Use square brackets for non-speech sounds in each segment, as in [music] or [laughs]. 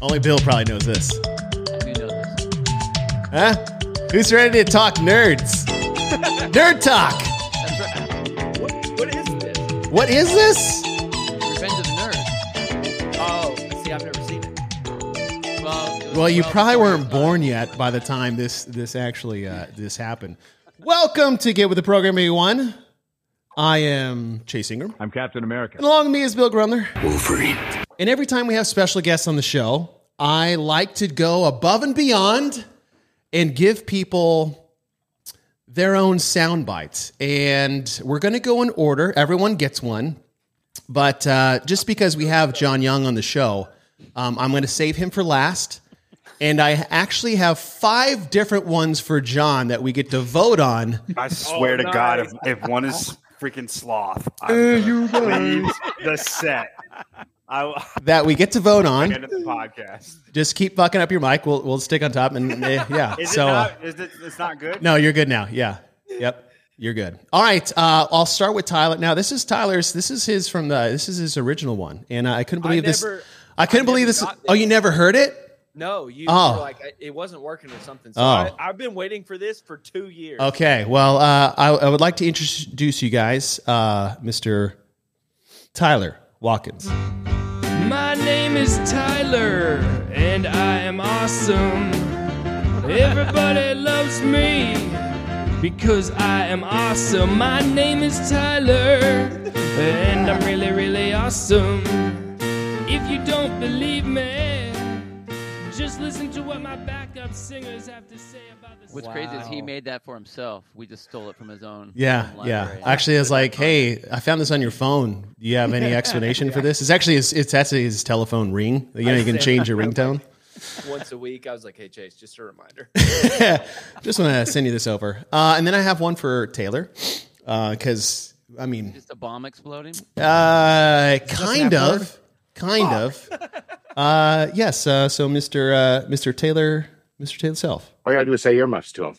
Only Bill probably knows this. Who knows? Huh? Who's ready to talk nerds? Nerd talk. That's right. What, what is this? What is this? Revenge of the Nerds. Oh, see, I've never seen it. Well, it was Well, you 12 probably weren't stories. born yet by the time this this actually uh, this happened. Welcome to Get with the Program, everyone. I am Chase Ingram. I'm Captain America. And along with me is Bill Grumler. Wolverine. And every time we have special guests on the show, I like to go above and beyond and give people their own sound bites. And we're going to go in order. Everyone gets one. But uh, just because we have John Young on the show, um, I'm going to save him for last. And I actually have five different ones for John that we get to vote on. I swear to God, if, if one is freaking sloth, I'm gonna leave the set. I will That we get to vote end on. of the podcast. Just keep fucking up your mic. We'll we'll stick on top [laughs] and eh, yeah. Is so it uh, not? is it? It's not good. No, you're good now. Yeah. Yep. You're good. All right. Uh, I'll start with Tyler. Now, this is Tyler's. This is his from the. This is his original one, and uh, I couldn't believe this. never- I couldn't I believe never this. got Oh, this. you never heard it? No, you Oh. were like I- it wasn't working or something. So Oh. I, I've been waiting for this for two years. Okay. Well, uh, I, I would like to introduce you guys, uh, Mr. Tyler Watkins. My name is Tyler, and I am awesome. Everybody loves me because I am awesome. My name is Tyler, and I'm really, really awesome. If you don't believe me, just listen to what my backup singers have to say about this. What's crazy is he made that for himself. We just stole it from his own. Yeah, own yeah. library. Actually, it's like, hey, I found this on your phone. Do you have [laughs] any explanation for this? It's actually his, it's actually his telephone ring. You know, you can change your ringtone. [laughs] Once a week, I was like, "Hey Chase, just a reminder." [laughs] Just want to send you this over. Uh, and then I have one for Taylor, because I mean, Just a bomb exploding. uh, kind that of, kind of. Uh, yes. Uh, so, Mister uh, Mister Taylor, Mister Taylor self. All you gotta do is say earmuffs to him.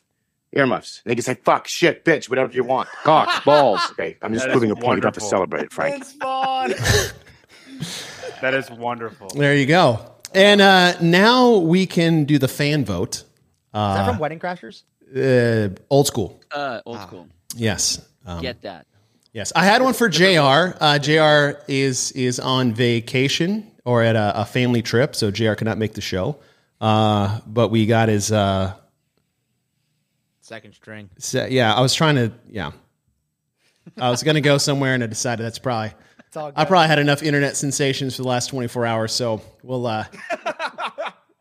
Earmuffs. And they can say fuck, shit, bitch, whatever you want. Cock, balls. Okay, I'm just That is proving a point. You don't have to wonderful. celebrate it, Frank. [laughs] That is wonderful. There you go. And uh, now we can do the fan vote. Is that from Wedding Crashers? Uh, old school. Uh, old school. Yes. Ah, Um, Get that. Yes, I had one for Jr. Uh, Jr. is is on vacation or at a, a family trip, so Jr. cannot make the show. Uh, but we got his. Uh, Second string. se- yeah, I was trying to. Yeah, I was going to go somewhere, and I decided that's probably. It's all good. I probably had enough internet sensations for the last twenty four hours, so we'll. [laughs]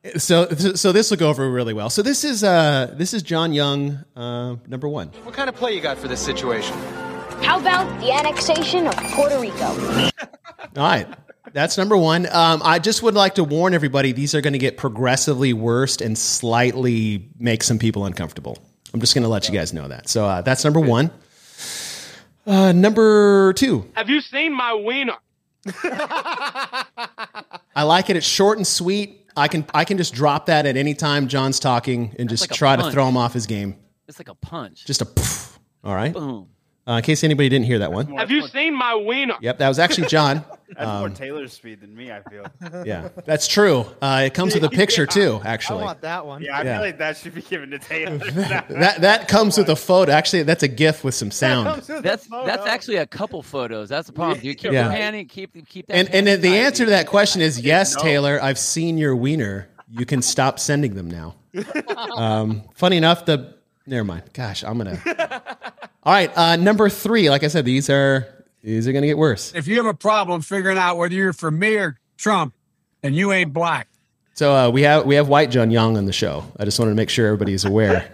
Uh, so so this will go over really well. So this is uh this is John Young uh, number one. What kind of play you got for this situation? How about the annexation of Puerto Rico? All right. That's number one. Um, I just would like to warn everybody these are going to get progressively worse and slightly make some people uncomfortable. I'm just going to let you guys know that. So uh, that's number one. Uh, number two, Have you seen my wiener? I like it. It's short and sweet. I can I can just drop that at any time John's talking and just like a try to punch. throw him off his game. It's like a punch. Just a poof. All right. boom. Uh, in case anybody didn't hear that one. Have you seen my wiener? Yep, that was actually [laughs] John. That's more Um, Taylor speed than me. I feel. Yeah, that's true. Uh, it comes with a [laughs] picture too, I actually. want that one. Yeah, I Yeah. feel like that should be given to [laughs] Taylor. That that comes with a photo. Actually, that's a GIF with some sound. That's that's actually a couple photos. That's the problem. You [laughs] keep Yeah. panning, keep keep that. And and panning the tight. answer to that question is yes, No. Taylor. I've seen your wiener. You can stop sending them now. Um, funny enough, the never mind. Gosh, I'm gonna. All right, uh, number three. Like I said, these are these are gonna get worse. If you have a problem figuring out whether you're for me or Trump, then you ain't black. So uh, we have we have White John Young on the show. I just wanted to make sure everybody's aware,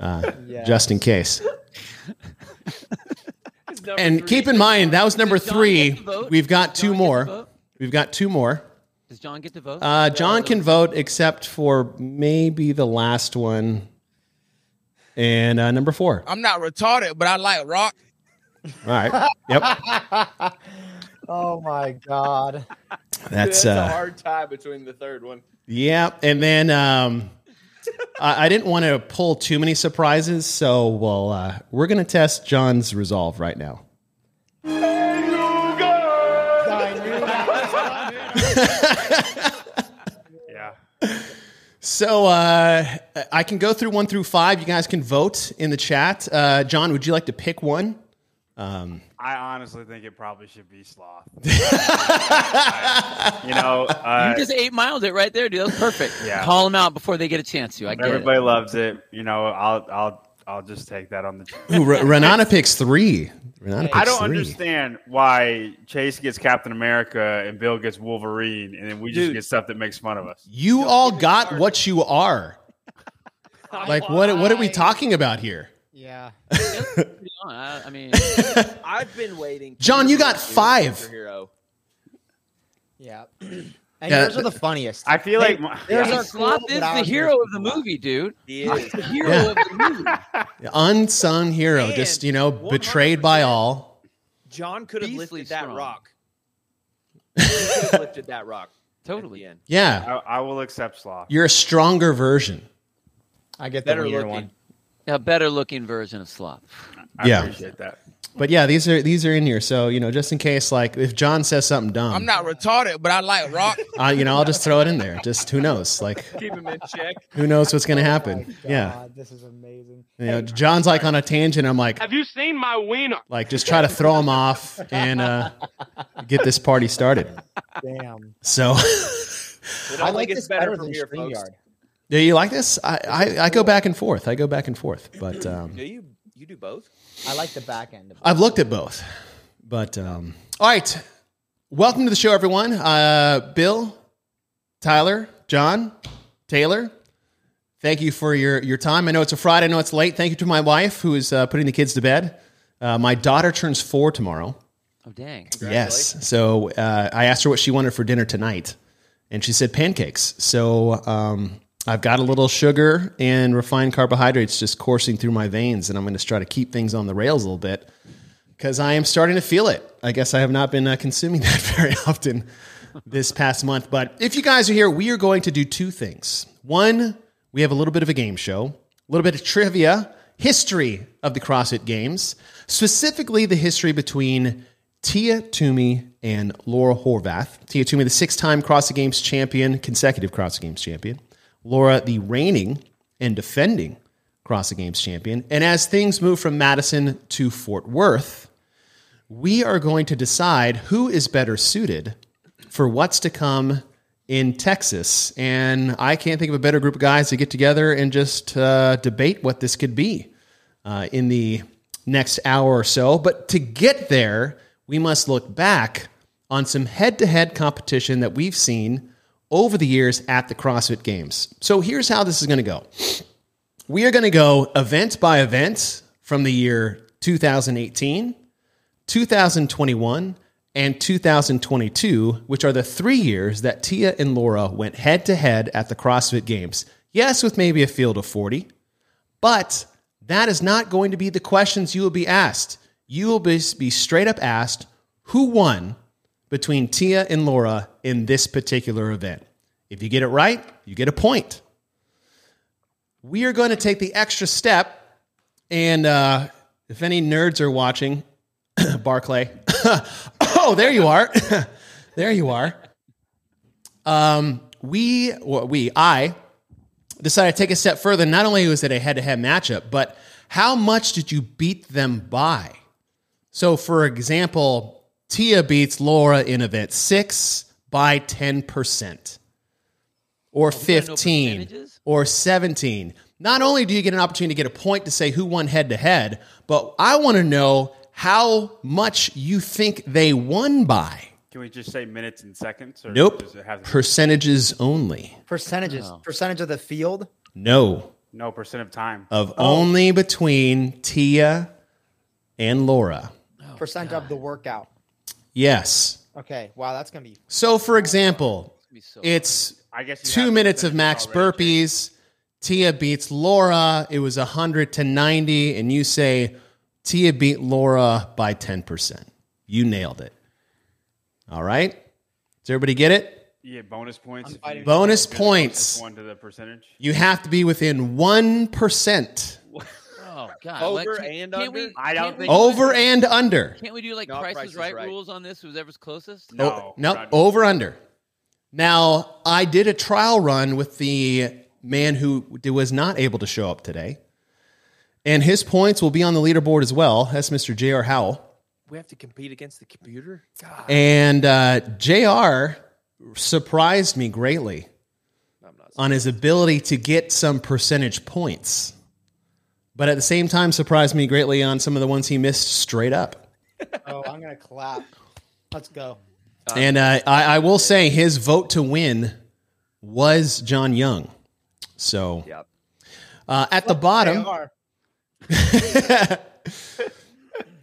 uh, Yeah. just in [laughs] case. And keep in mind that was number Does John get three. to vote? We've got Does two John get to more. vote? We've got two more. Does John get to vote? Uh, John can vote except for maybe the last one and uh, number four. I'm not retarded, but I like rock. All right. [laughs] Yep. Oh my [laughs] god. That's That's a uh, hard tie between the third one. yeah. And then um, I, I didn't want to pull too many surprises, so well, uh, we're gonna test John's resolve right now. I knew that. So uh, I can go through one through five. You guys can vote in the chat. Uh, John, would you like to pick one? Um, I honestly think it probably should [laughs] be sloth. you know, uh, you just eight miles it right there, dude. That was perfect. Yeah. Call them out before they get a chance to. I get everybody it. loves it. You know, I'll I'll I'll just take that on the. chin. ooh, [laughs] Re- Renata picks three. Renata picks I don't three. understand why Chase gets Captain America and Bill gets Wolverine, and then we just Dude. get stuff that makes fun of us. You all got what you [laughs] are. Like what? What are we talking about here? Yeah. [laughs] I, I mean, I've been waiting. John, you got five. Superhero. Yeah. [clears throat] And Yeah, yours are the funniest. I feel Hey, like my, There's Hey, our Sloth quote is that I the was hero of the movie, dude. [laughs] He is. The hero Yeah. of the [laughs] movie. Unsung hero, Man, just you know, betrayed by 100%. all. John could have Beastly lifted that strong. rock. He could have lifted that rock. Totally. At the end. Yeah, I, I will accept sloth. you're a stronger version. I get the Better weird looking. one. A better looking version of Sloth. I Yeah. appreciate that. But yeah, these are these are in here. So you know, just in case, like if John says something dumb, I'm not retarded, but I like [laughs] rock. I, you know, I'll just throw it in there. Just who knows? Like Keep him in check. Oh who knows what's gonna happen? God, Yeah, This is amazing. you know, John's like on a tangent. I'm like, Have you seen my wiener? like just try to throw him off and uh, get this party started. Damn. So, [laughs] It I only like gets this better better from than here, folks. StreamYard. do you like this? I, I I go back and forth. I go back and forth, but um, Do you you do both? I like the back end of it. I've looked at both. But um, all right, welcome to the show, everyone. Uh, Bill, Tyler, John, Taylor. Thank you for your your time. I know it's a Friday. I know it's late. Thank you to my wife who is uh, putting the kids to bed. Uh, my daughter turns four tomorrow. Oh, dang. Yes. So uh, I asked her what she wanted for dinner tonight, and she said pancakes. So um, I've got a little sugar and refined carbohydrates just coursing through my veins, and I'm going to try to keep things on the rails a little bit because I am starting to feel it. I guess I have not been uh, consuming [laughs] that very often this past month. But if you guys are here, we are going to do two things. One, we have a little bit of a game show, a little bit of trivia, history of the CrossFit Games, specifically the history between Tia Toomey and Laura Horvath. Tia Toomey, the six time CrossFit Games champion, consecutive CrossFit Games champion. Laura, the reigning and defending CrossFit Games champion. And as things move from Madison to Fort Worth, we are going to decide who is better suited for what's to come in Texas. And I can't think of a better group of guys to get together and just uh, debate what this could be uh, in the next hour or so. But to get there, we must look back on some head to head competition that we've seen over the years at the CrossFit Games. So here's how this is going to go. We are going to go event by event from the year 2018, 2021, and 2022, which are the three years that Tia and Laura went head to head at the CrossFit Games. Yes, with maybe a field of 40, but that is not going to be the questions you will be asked. You will be be straight up asked who won between Tia and Laura in this particular event. If you get it right, you get a point we are going to take the extra step. And uh, if any nerds are watching, [coughs] Barclay, oh, there you are. [coughs] there you are. Um, we, well, we, I decided to take a step further. Not only was it a head to head matchup, but how much did you beat them by? So, for example, Tia beats Laura in event six by 10% or wanna know 15 percentages? or 17. Not only do you get an opportunity to get a point to say who won head to head, but I want to know how much you think they won by. Can we just say minutes and seconds? Or Nope. does it have- Percentages only. Percentages. Percentage of the field. No. no percent of time. Of only between Tia and Laura. percent of the workout. Yes. Okay. Wow, that's gonna be So, for example, it's I guess you two have minutes of percentages max already, burpees. Chase. Tia beats Laura. It was 100 to 90. And you say Tia beat Laura by 10%. You nailed it. All right. Does everybody get it? Yeah, bonus points. if you fighting- Bonus do the points. closest One to the percentage. You have to be within 1% Oh, God. Over Like, can- and can't under? We, I don't can't we think- do over like- and under. Oh, Can't we do like No, Price, Price is is right, Right. rules on this? Whoever's closest? No, no, not- over under. Now, I did a trial run with the man who d- was not able to show up today. And his points will be on the leaderboard as well. That's Mr. J.R. Howell. We have to compete against the computer. God, And uh, JR surprised me greatly on his ability to get some percentage points, but at the same time, surprised me greatly on some of the ones he missed straight up. Oh, I'm gonna clap. Let's go. and uh, I, I will say his vote to win was John Young. So uh, at the bottom,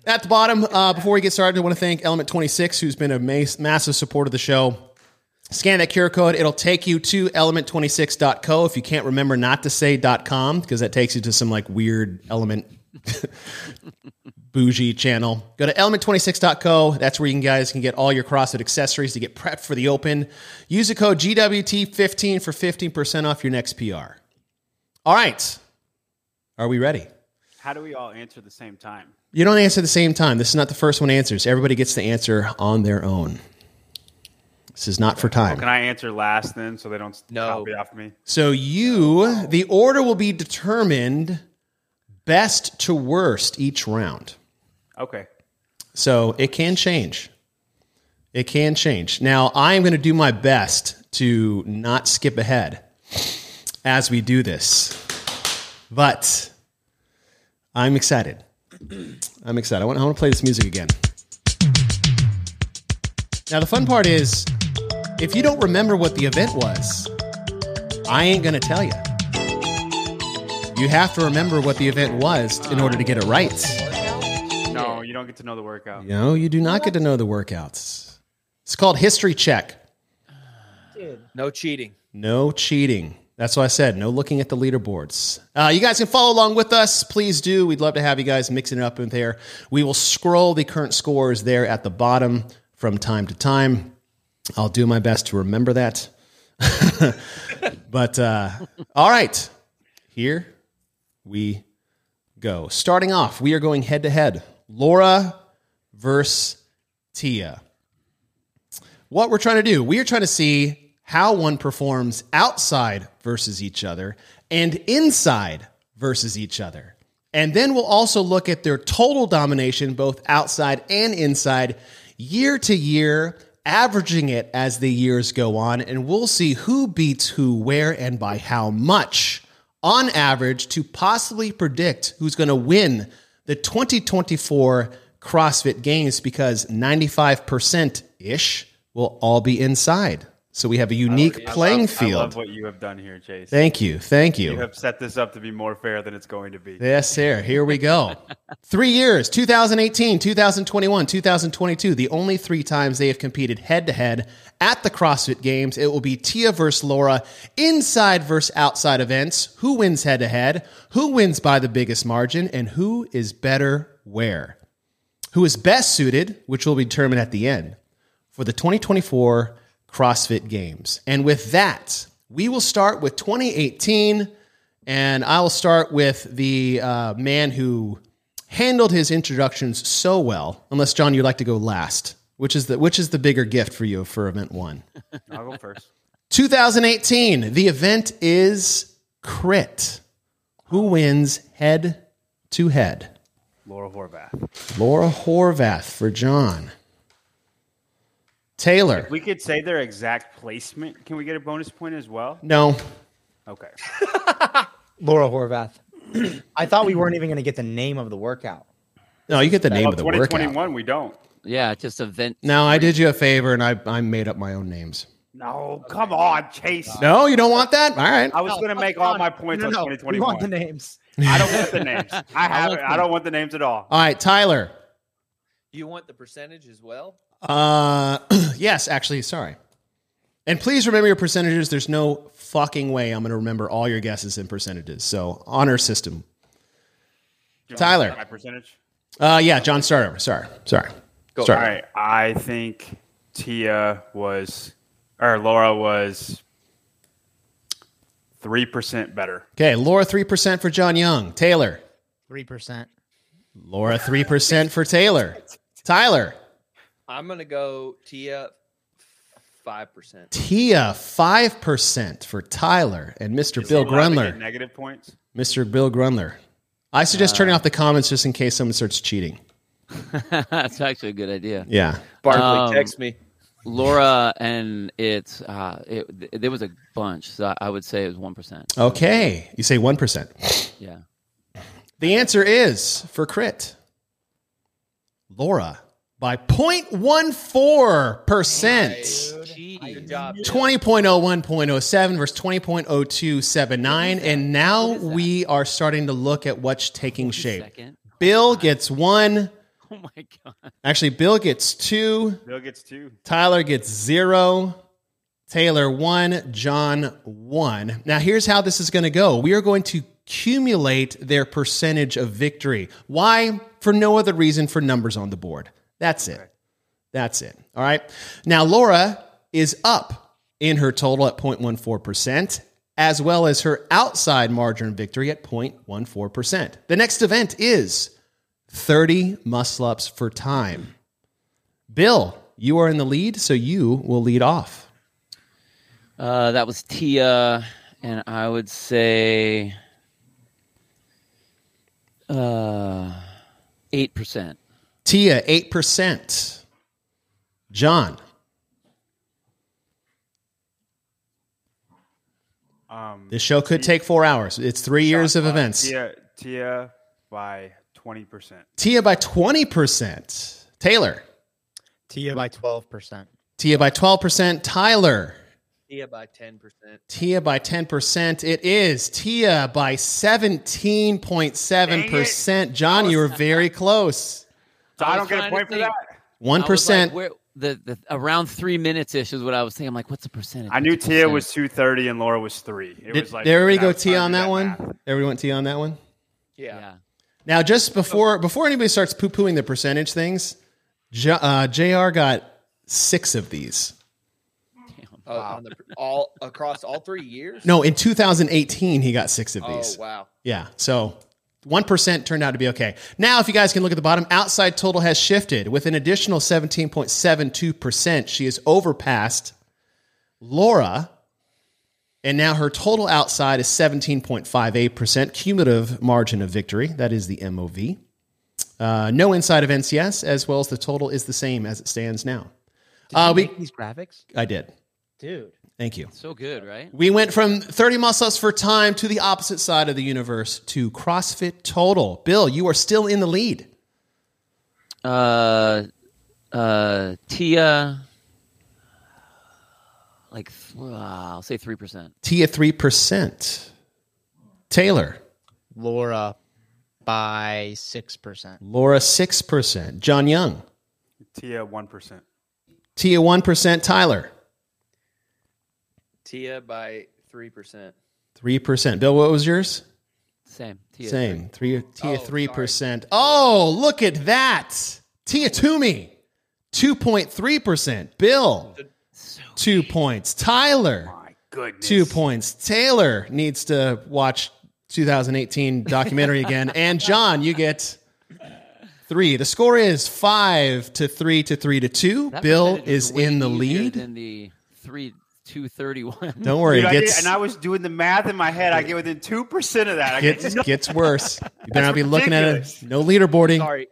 At the bottom, uh, before we get started, I want to thank Element26, who's been a mas- massive support of the show. Scan that QR code. It'll take you to element26.co. If you can't remember not to say .com, because that takes you to some like weird element [laughs] bougie channel. Go to element26.co. That's where you can- guys can get all your CrossFit accessories to get prepped for the open. Use the code GWT15 for 15% off your next PR. All right. Are we ready? How do we all answer at the same time? You don't answer at the same time. This is not the first one answers. Everybody gets the answer on their own. This is not for Well, time. can I answer last then, so they don't copy off me? So you, the order will be determined best to worst each round. Okay. So it can change. It can change. Now, I am going to do my best to not skip ahead as we do this. But I'm excited. [clears throat] I'm excited. I want, I want to play this music again. Now, the fun part is if you don't remember what the event was, I ain't going to tell you. You have to remember what the event was in order to get it right. No, you don't get to know the workout. No, you do not get to know the workouts. It's called history check. no cheating. No cheating. That's what I said. No looking at the leaderboards. Uh, you guys can follow along with us. Please do. We'd love to have you guys mixing it up in there. We will scroll the current scores there at the bottom from time to time. I'll do my best to remember that. [laughs] but uh, all right, here we go. Starting off, we are going head to head. Laura versus Tia. What we're trying to do, we are trying to see how one performs outside versus each other and inside versus each other. And then we'll also look at their total domination, both outside and inside, year to year, averaging it as the years go on. And we'll see who beats who, where, and by how much on average to possibly predict who's going to win the 2024 CrossFit Games because 95% ish will all be inside. So we have a unique Oh, I playing love- field. I love what you have done here, Chase. Thank you. Thank you. You have set this up to be more fair than it's going to be. Yes, sir. Here we [laughs] go. three years 2018, 2021, 2022. The only three times they have competed head to head at the CrossFit Games. It will be Tia versus Laura, inside versus outside events. Who wins head to head? Who wins by the biggest margin? And who is better where? Who is best suited, which will be determined at the end for the 2024 CrossFit Games. And with that, we will start with 2018. And I will start with the uh, man who handled his introductions so well. Unless John, you'd like to go last, which is the which is the bigger gift for you for event [laughs] one. I'll go first. 2018. The event is crit. Who wins head to head? Laura Horvath. Laura Horvath for John. Taylor. If we could say their exact placement, can we get a bonus point as well? No. Okay. Laura Horvath. [clears throat] I thought we weren't even gonna get the name of the workout. No, you get the name Well, of the workout. 2021, we don't. Yeah, just event. No, I did you a favor and I, I made up my own names. No, come on, Chase. No, you don't want that? All right. I was going to make all my points on we 2021. want the names. I don't want the names. I have. want I don't want the names at all. All right, Tyler. You want the percentage as well? Uh, [clears throat] yes, actually, sorry. And please remember your percentages. There's no fucking way I'm going to remember all your guesses and percentages. So honor system. Do you want Tyler. My percentage. Uh, yeah, John Starter. Sorry, sorry. Go. Sorry. All right. I think Tia was, or Laura was, three percent better. Okay, Laura three percent for John Young. Taylor. Three percent. Laura three [laughs] percent for Taylor. Tyler. uh, I'm gonna go Tia five percent. Tia, 5% for Tyler and Mr. Bill Grunler. Negative points. Mr. Bill Grunler. I suggest turning off the comments just in case someone starts cheating. [laughs] That's actually a good idea. Yeah. Barkley, Um, text me. Laura and it's uh, it, th- there was a bunch, so I would say it was one percent. Okay. You say 1%. Yeah, The answer is for crit. Laura by 0.14%. Good job. 20.01.07 versus 20.0279. And now we are starting to look at what's taking shape. second. [laughs] Bill gets one. Oh my god. Actually, Bill gets two. Bill gets two. Tyler gets zero. Taylor one. John one. Now, here's how this is going to go we are going to accumulate their percentage of victory. Why? For no other reason, for numbers on the board. That's it. That's it. All right. Now, Laura is up in her total at 0.14%, as well as her outside margin of victory at 0.14%. The next event is 30 muscle ups for time. Bill, you are in the lead, so you will lead off. Uh, that was Tia, and I would say uh, eight percent. Tia, 8%. John, Um, this show could take four hours. It's three years of uh, events. Tia, Tia by twenty percent. Tia by 20%. Taylor, Tia by 12%. Tia by 12%. Tyler, Yeah, by ten percent. Tia by 10%. It is Tia by 17.7%. John, you were very close. So I I was don't get trying a to point for think. that. 1%. where the, the around three minutes ish is what I was thinking. I'm like, what's the percentage? I knew What's the Tia percentage? was two thirty and Laura was three. It Did- was like there we and I go, was trying Tia to on do that one. math. Everyone went Tia on that one. Yeah. Yeah. Now, just before before anybody starts poo pooing the percentage things, J- uh, Jr. got six of these. Uh, on the, all across all three [laughs] years. No, in 2018, he got six of Oh these. wow. Yeah, so. 1% turned out to be okay. Now, if you guys can look at the bottom, outside total has shifted with an additional 17.72%. She has overpassed Laura, and now her total outside is 17.58%, cumulative margin of victory. That is the MOV. Uh, no inside of NCS, as well as the total is the same as it stands now. Uh, we, These graphics? I did. Dude. Thank you. So good, right? We went from 30 muscle ups for time to the opposite side of the universe to CrossFit total. Bill, you are still in the lead. Uh, uh, Tia, like th- uh, I'll say three percent. Tia 3%. Taylor, Laura by 6%. Laura 6%. John Young, Tia one percent. Tia 1%. Tyler, Tia by three percent. 3%. Bill, what was yours? Same. Tia, Same. Three, Tia 3%. Oh, look at that. Tia Toomey, 2.3%. Bill, two points. Tyler, My goodness. two points. Taylor needs to watch 2018 [laughs] documentary again, and John, you get three. The score is five to three to three to two. That Bill percentage is way in the easier lead. Than the three two thirty one. Don't worry, Dude, I it did- gets and I was doing the math in my head. I get within two percent of that. I get gets gets worse. You better not be looking at it. ridiculous. No leaderboarding. Sorry,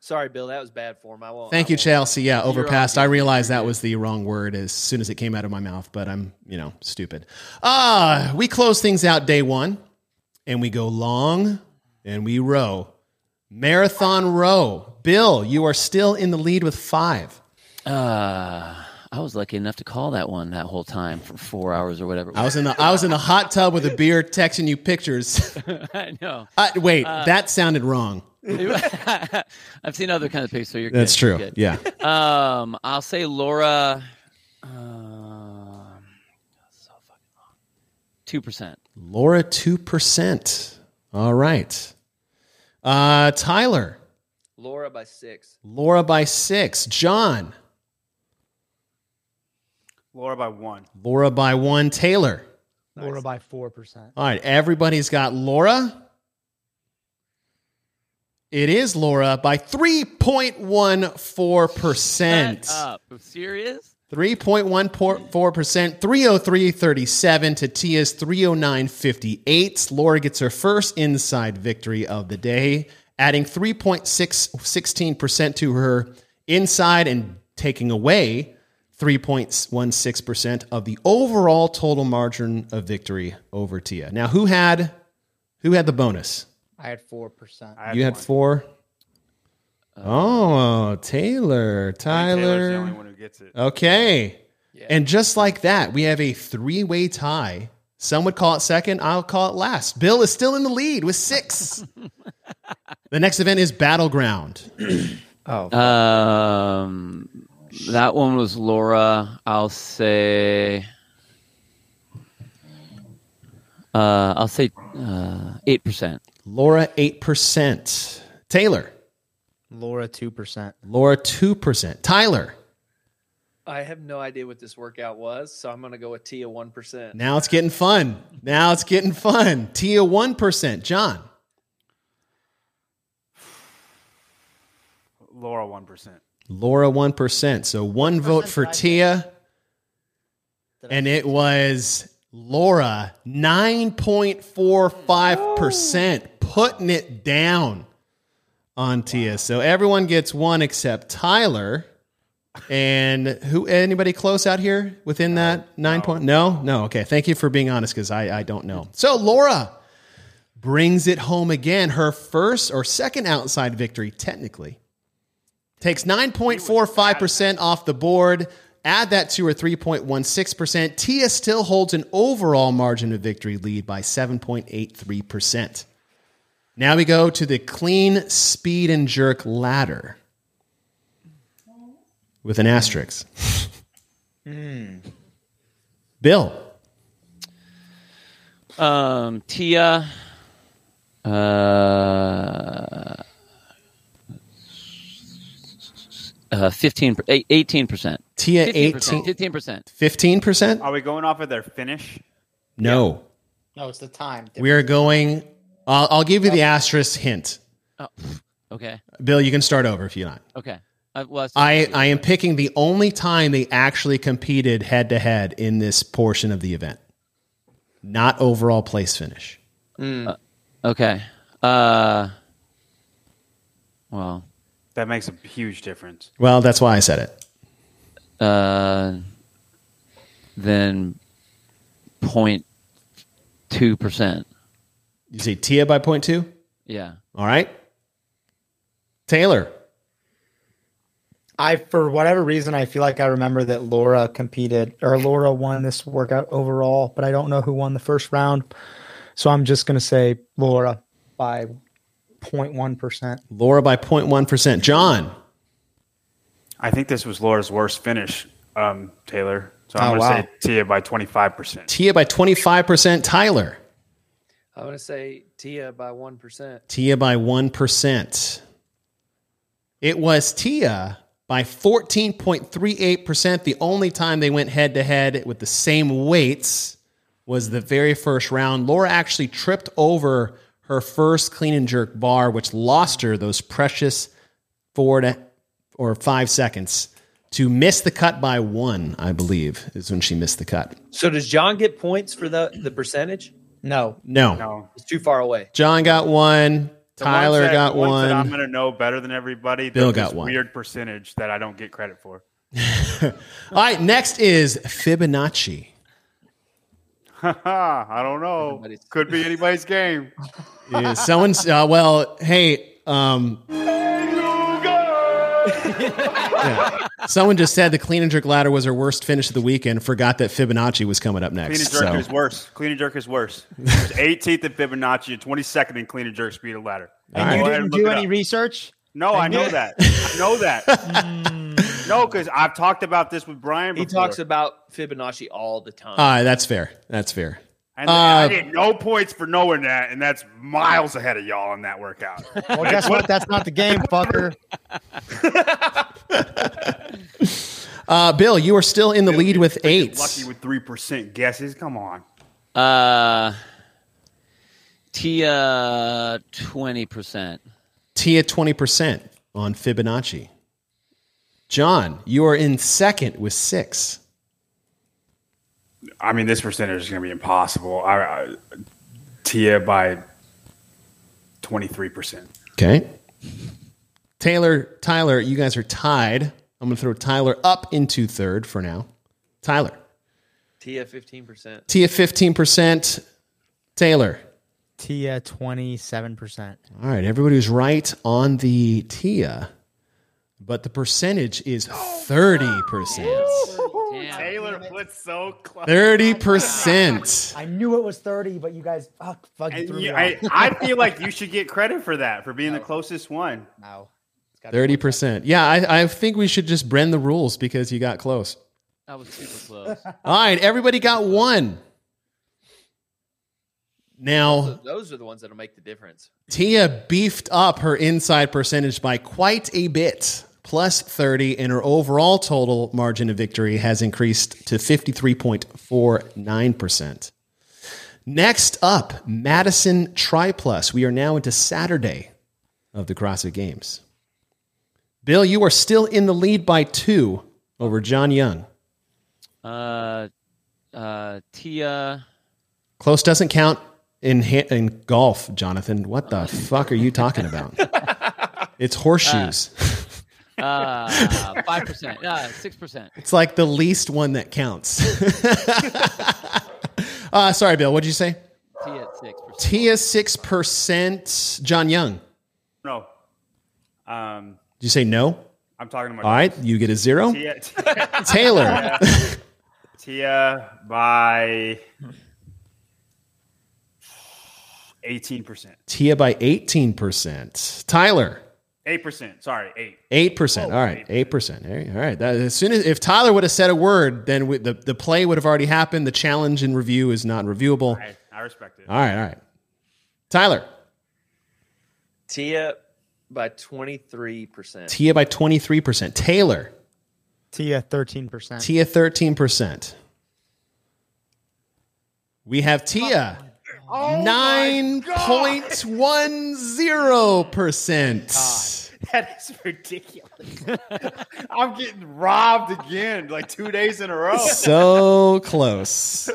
sorry, Bill. That was bad form. I won't. Thank I you, won't- Chelsea. Yeah, You're overpassed. on. I realized that was the wrong word as soon as it came out of my mouth, but I'm, you know, stupid. Ah, we close things out day one and we go long and we row. Marathon row. Bill, you are still in the lead with five. Uh, [laughs] I was lucky enough to call that one that whole time for four hours or whatever. it I was in the I was in the hot tub with a beer texting you pictures. [laughs] [laughs] I know. Uh, wait, that sounded wrong. [laughs] I've seen other kinds of pictures. So you're That's good, you're true. good. Yeah. Um, I'll say Laura. Um, so fucking long. Two percent. Laura 2%. All right. Uh Tyler. Laura by six. Laura by six. John. Laura by one. Laura by one. Taylor. Laura by 4%. All right. Everybody's got Laura. It is Laura by 3.14%. Shut up. I'm serious. 3.14%, 303.37 to Tia's 309.58. Laura gets her first inside victory of the day, adding 3.16% to her inside and taking away 3.16% of the overall total margin of victory over Tia. Now, who had who had the bonus? I had four percent. you had four. Uh, oh, Taylor, Tyler. Taylor's the only one who gets it. Okay. And just like that, we have a three-way tie. Some would call it second. I'll call it last. Bill is still in the lead with [laughs] six. the next event is Battleground. Oh, Um, that one was Laura. I'll say. Uh, I'll say uh, eight percent. Laura, 8%. Taylor, Laura two percent. Laura, 2%. Tyler, I have no idea what this workout was, so I'm going to go with Tia 1%. now it's getting fun. Now it's getting fun. Tia, 1%. John, Laura, one percent. Laura, 1%. So one vote for Tia. And it was Laura, 9.45%, putting it down on Tia. So everyone gets one except Tyler. And who anybody close out here within that nine point? No, no. Okay. Thank you for being honest because I, I don't know. So Laura brings it home again. Her first or second outside victory, technically. Takes 9.45% off the board. Add that to her 3.16%. Tia still holds an overall margin of victory lead by 7.83%. Now we go to the clean speed and jerk ladder with an asterisk. [laughs] Bill, Um, Tia. Uh, uh, 15, 18 percent. Tia 18, 15 percent. 15%? Are we going off of their finish? No. No, it's the time. We are going, I'll I'll give you the asterisk hint. Oh, Okay. Bill, you can start over if you like. Okay. I, well, that's- I, I am picking the only time they actually competed head to head in this portion of the event, not overall place finish. okay. Uh, well, That makes a huge difference. Well, that's why I said it. uh, then point two percent. You see Tia by point two? Yeah. All right. Taylor, I for whatever reason I feel like I remember that Laura competed or Laura won this workout overall, but I don't know who won the first round. So I'm just gonna say Laura by 0.1 percent. Laura by 0.1%. John, I think this was Laura's worst finish, um, Taylor. So I'm Oh, going wow. to say Tia by 25%. Tia by 25%. Tyler, I'm going to say Tia by 1%. Tia by 1%. It was Tia by 14.38%. The only time they went head to head with the same weights was the very first round. Laura actually tripped over her first clean and jerk bar, which lost her those precious four to or five seconds to miss the cut by one, I believe, is when she missed the cut. So does John get points for the, the percentage? No. No. No. It's too far away. John got one. The Tyler ones that- got the ones one. That I'm going to know better than everybody. Bill They're got this one. Weird percentage that I don't get credit for. [laughs] All right, next is Fibonacci. I don't know. Could be [laughs] anybody's game. Yeah, someone's uh, well, hey, [laughs] um, Yeah. someone just said the clean and jerk ladder was her worst finish of the weekend. Forgot that Fibonacci was coming up Clean next. and jerk so- is worse. Clean and jerk [laughs] is worse. There's 18th in Fibonacci and 22nd in clean and jerk speed of ladder. And You Go ahead didn't and look do it any up. research? No, I know [laughs] that. I know that. Hmm. no, because I've talked about this with Brian. He before. talks about Fibonacci all the time. All right, that's fair. That's fair. And I Uh, get no points for knowing that, and that's miles ahead of y'all in that workout. Well, guess what? That's not the [laughs] game, fucker. Uh, Bill, you are still in the lead with eight. Lucky with three percent guesses. Come on, Uh, Tia twenty percent. Tia twenty percent on Fibonacci. John, you are in second with six. I mean, this percentage is going to be impossible. I, I, Tia by 23%. Okay. Taylor, Tyler, you guys are tied. I'm going to throw Tyler up into third for now. Tyler, Tia fifteen percent. Tia 15%. Taylor. Tia twenty seven percent. All right. Everybody was right on the Tia, but the percentage is 30%. Taylor put so close. 30%. I knew it was thirty, but you guys fuck fucking And threw you, me I, off. I feel like you should get credit for that, for being the closest one. No. Thirty percent. Yeah, I, I think we should just bend the rules because you got close. That was super close. All right, everybody got one. Now Those are the ones that'll make the difference. Tia beefed up her inside percentage by quite a bit, plus thirty, and her overall total margin of victory has increased to fifty-three point four nine percent. Next up, Madison Triplus. We are now into Saturday of the CrossFit Games. Bill, you are still in the lead by two over John Young. [laughs] Uh, uh, Tia. Close doesn't count in ha- in golf, Jonathan. What the fuck are you talking about? It's horseshoes. Uh, five percent. Uh, six percent. [laughs] it's like the least one that counts. [laughs] uh, sorry, Bill. What did you say? Tia at six percent. Tia six percent. John Young. Did No. Um, you say no? I'm talking about All right, you get a zero. Tia, Tia, Taylor. Tia by 18%. Tia by eighteen percent. Tyler. 8%. Sorry, 8. Eight percent. All right, eight percent. All right. That, as soon as if Tyler would have said a word, then we, the the play would have already happened. The challenge in review is not reviewable. I, I respect it. All right, all right. Tyler, Tia by twenty three percent. Tia by 23%. Taylor, Tia thirteen percent. Tia 13%. We have Tia, 9.10%. [laughs] That is ridiculous. [laughs] I'm getting robbed again, like two days in a row. So [laughs] close.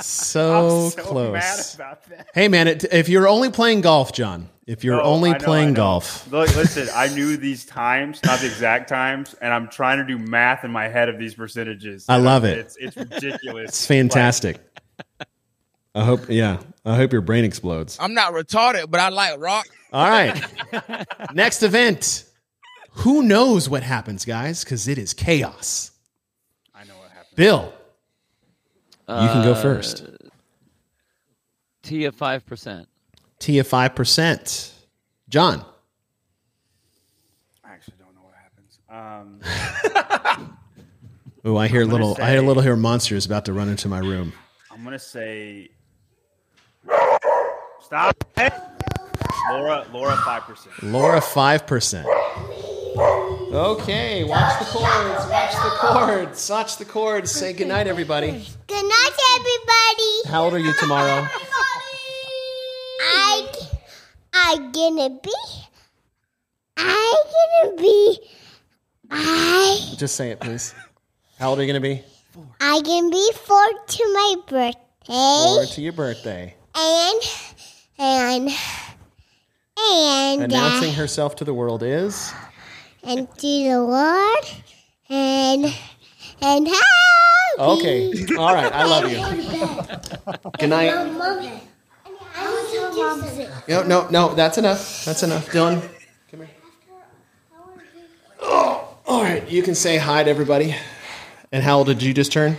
So, I'm so mad close. about that. Hey, man, it, if you're only playing golf, John, if you're No, only I know, I playing know. golf, Look, listen, I knew these times, not the exact times, and I'm trying to do math in my head of these percentages. I And love I'm- it. It's it's ridiculous. it's fantastic. [laughs] I hope, yeah, I hope your brain explodes. I'm not retarded, but I like rock. All right. [laughs] Next event. Who knows what happens, guys? Because it is chaos. I know what happened. Bill, you can go Uh, first. Tia five percent. Tia five percent. John, I actually don't know what happens. Um, oh, I hear gonna little. I hear say- little. Here, monster is about to run into my room. I'm gonna say stop. it. Laura, Laura, five percent. Laura five percent. Okay, watch the chords. Watch the chords. Watch the chords. Say goodnight, everybody. Good night, everybody. How old are you tomorrow? I I gonna be. I gonna be. I Just say it, please. How old are you gonna be? I can be four to my Forward birthday, to your birthday. and and and uh, Announcing herself to the world is. and to the Lord, and and happy. Okay. All right. I love you. Good night. No, no, no. That's enough. That's enough. Dylan, come here. Oh, all right. You can say hi to everybody. And how old did you just turn?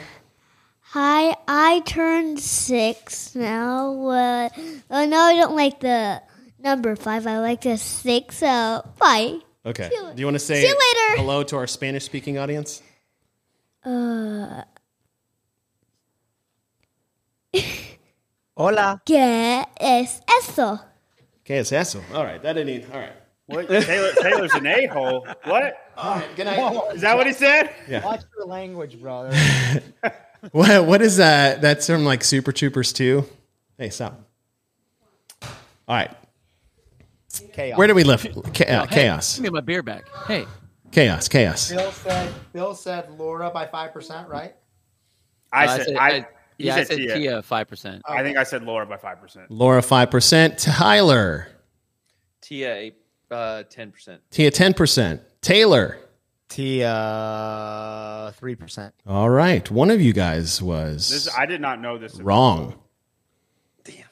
Hi, I turned six now. Uh, oh no, I don't like the number five. I like the six. So bye. Okay. Do you want to say See you later. hello to our Spanish speaking audience? Uh, Hola. ¿Qué es eso? Okay, it's Hassel. All right. That didn't even. All right. What? Taylor, Taylor's an a hole. What? All right. Good night. Is that what he said? Watch your language, brother. What, what is that? That's from like Super Troopers 2. Hey, stop. All right. Chaos. Where do we live? Cha- uh, chaos. Give me my beer back. Hey, Chaos, chaos. Bill said Bill said Laura by five percent, right? I Uh, I said, said- I, I- you yeah, I said, said Tia. Tia, 5%. I think I said Laura by 5%. Laura five percent. Tyler. Tia, eight, uh, 10%. Tia ten percent. Taylor. Tia uh, three percent. All right. One of you guys was This I did not know this. wrong. Damn.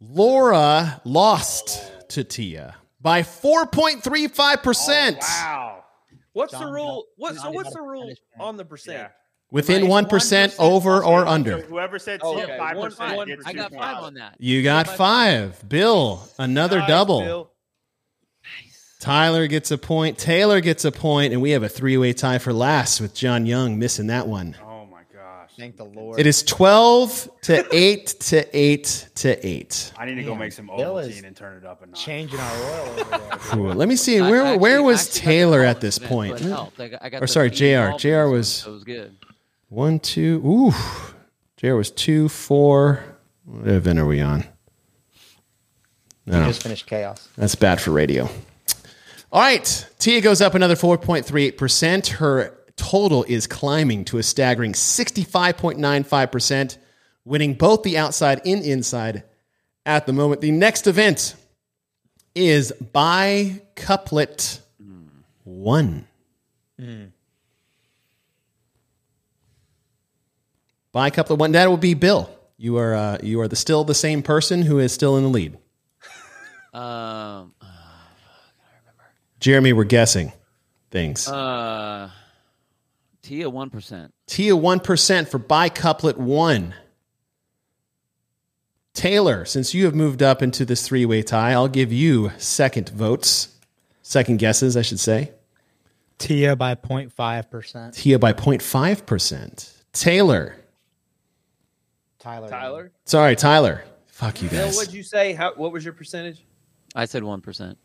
Laura lost to Tia by four point three five percent. Oh, Wow. What's John the rule? What, so what's the Oh, rule on the percent? Within one percent over or under. Whoever said Oh, Tia 5% okay. One- one- gets I two got points. five on that. You got five. Bill, another Nice, double. Bill. Tyler gets a point. Taylor gets a point, and we have a three-way tie for last with John Young missing that one. Oh my gosh. Thank the Lord. It is twelve to eight to eight to eight. I need to go Damn, make some Bill Ovaltine is and turn it up a notch. changing our oil. Over [laughs] there. Cool. Let me see. I Where actually- where was actually got the Taylor ball at this for that, point? but it helped. I got- I got Or the sorry, feed JR. ball JR for this was- one, so it was good. One, two. Ooh, JR was two, four. What event are we on? We No, just finished chaos. that's bad for radio. All right, Tia goes up another four point three eight percent. Her total is climbing to a staggering sixty five point nine five percent, winning both the outside and inside at the moment. The next event is by couplet one. By couplet one, that will be Bill. You are uh, you are the, still the same person who is still in the lead. Um, Jeremy, we're guessing things. uh, Tia, 1%. Tia one percent for by couplet one. Taylor, since you have moved up into this three way tie, I'll give you second votes, second guesses, I should say. Tia by 05 percent. Tia by 0.5 percent. Taylor, Tyler. Tyler? sorry, Tyler. Fuck you Bill, guys. what'd you say? How, what was your percentage? I said 1%.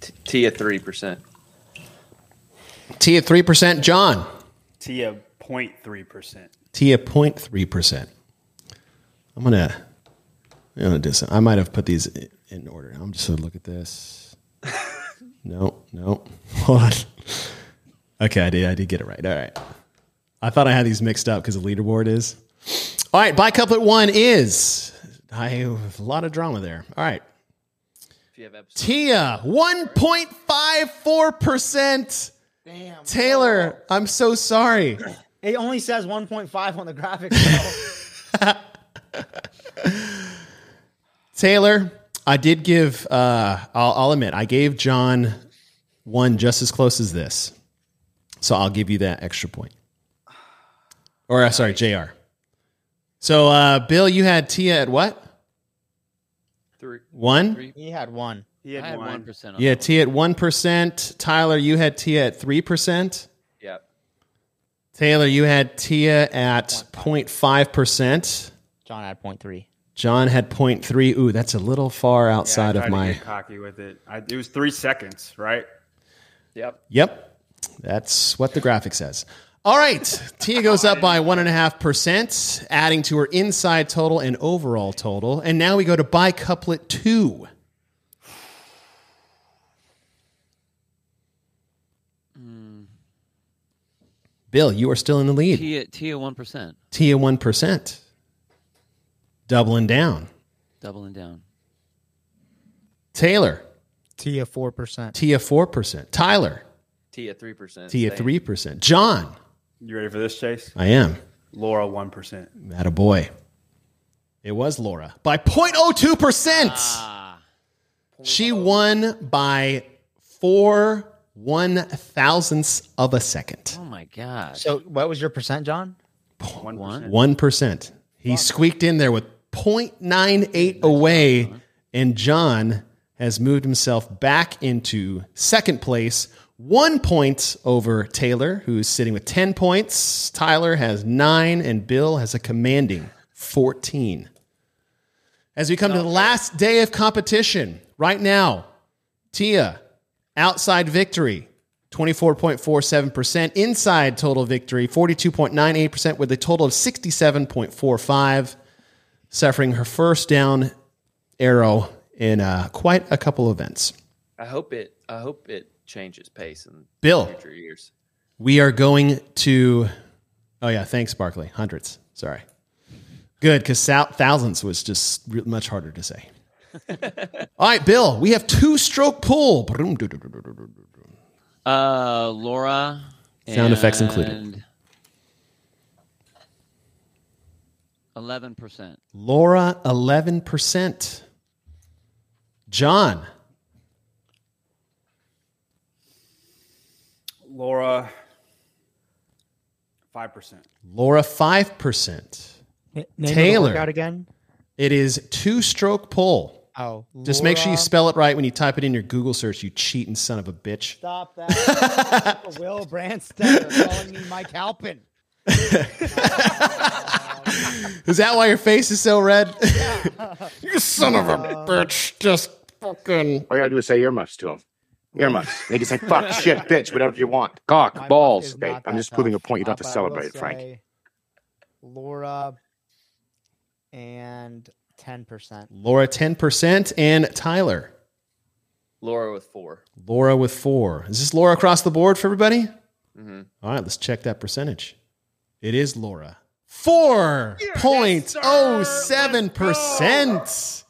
T- Tia, 3%. Tia three percent. John. Tia 0.3%. Tia 0.3 percent. I'm gonna, I'm gonna do some. I might have put these i- in order. I'm just gonna look at [laughs] this. no, no, hold on. Okay, I did. I did get it right. All right. I thought I had these mixed up because the leaderboard is. All right, by couplet one is. I have a lot of drama there. All right. If you have episode. Tia, 1.54%. Damn. Taylor, I'm so sorry. It only says 1.5 on the graphic. though. Taylor, I did give. Uh, I'll, I'll admit, I gave John one just as close as this, so I'll give you that extra point. Or uh, sorry, Jr. So uh, Bill, you had Tia at what Three. one? [laughs] he had one. He I had had one. 1%. On Yeah, that Tia at one percent. Tyler, you had Tia at three percent. Yeah. Taylor, you had Tia at 0.5 percent. John had 0.3. John had 0.3. Ooh, that's a little far Yeah, I outside tried of to my. get cocky with it. I, it was three seconds, right? Yep. Yep. That's what the graphic says. All right. Tia goes up by 1.5%, adding to her inside total and overall total. And now we go to by couplet two. Bill, you are still in the one. lead. Tia, Tia, 1%. Tia 1%. Doubling down. Doubling down. Taylor, Tia 4%. Tia 4%. Tyler, Tia, 3%. Tia Same. 3%. John, You ready for this, Chase? I am. Laura 1%. That a boy. It was Laura by 0.02%. she won by four one thousandths of a second. Oh my God. So what was your percent, John? 1%. One percent. He squeaked in there with 0.98 away, and John has moved himself back into second place, one point over Taylor, who's sitting with 10 points. Tyler has nine, and Bill has a commanding 14. As we come to the last day of competition, right now, Tia, outside victory, 24.47%. Inside total victory, 42.98%, with a total of 67.45, suffering her first down arrow in uh, quite a couple events. I hope it. I hope it change its pace in Bill. future years. We are going to. Oh yeah, thanks, Barkley. Hundreds. Sorry. Good, because thousands was just re- much harder to say. [laughs] All right, Bill. We have two-stroke pull. Uh, Laura. Sound effects included. Eleven percent. Laura, eleven percent. John, Laura, five percent. Laura, five percent. name of the Taylor, workout again? It is two-stroke pull. Oh, Just make sure you Laura- spell it right when you type it in your Google search. You cheating son of a bitch. [laughs] Stop [laughs] that. Will Branstetter calling me Mike Halpin. Is that why your face is so red? [laughs] you son of a bitch. Just fucking. All you gotta do is say earmuffs to him. Earmuffs. Niggas like, [laughs] fuck, shit, bitch, whatever you want. Cock, balls. Okay, I'm just proving a point. You don't have to But I celebrate will it, Frank. say Laura and 10%. Laura, ten percent, and Tyler. Laura with four. Laura with four. Is this Laura across the board for everybody? hmm All right, let's check that percentage. It is Laura. 4.07%.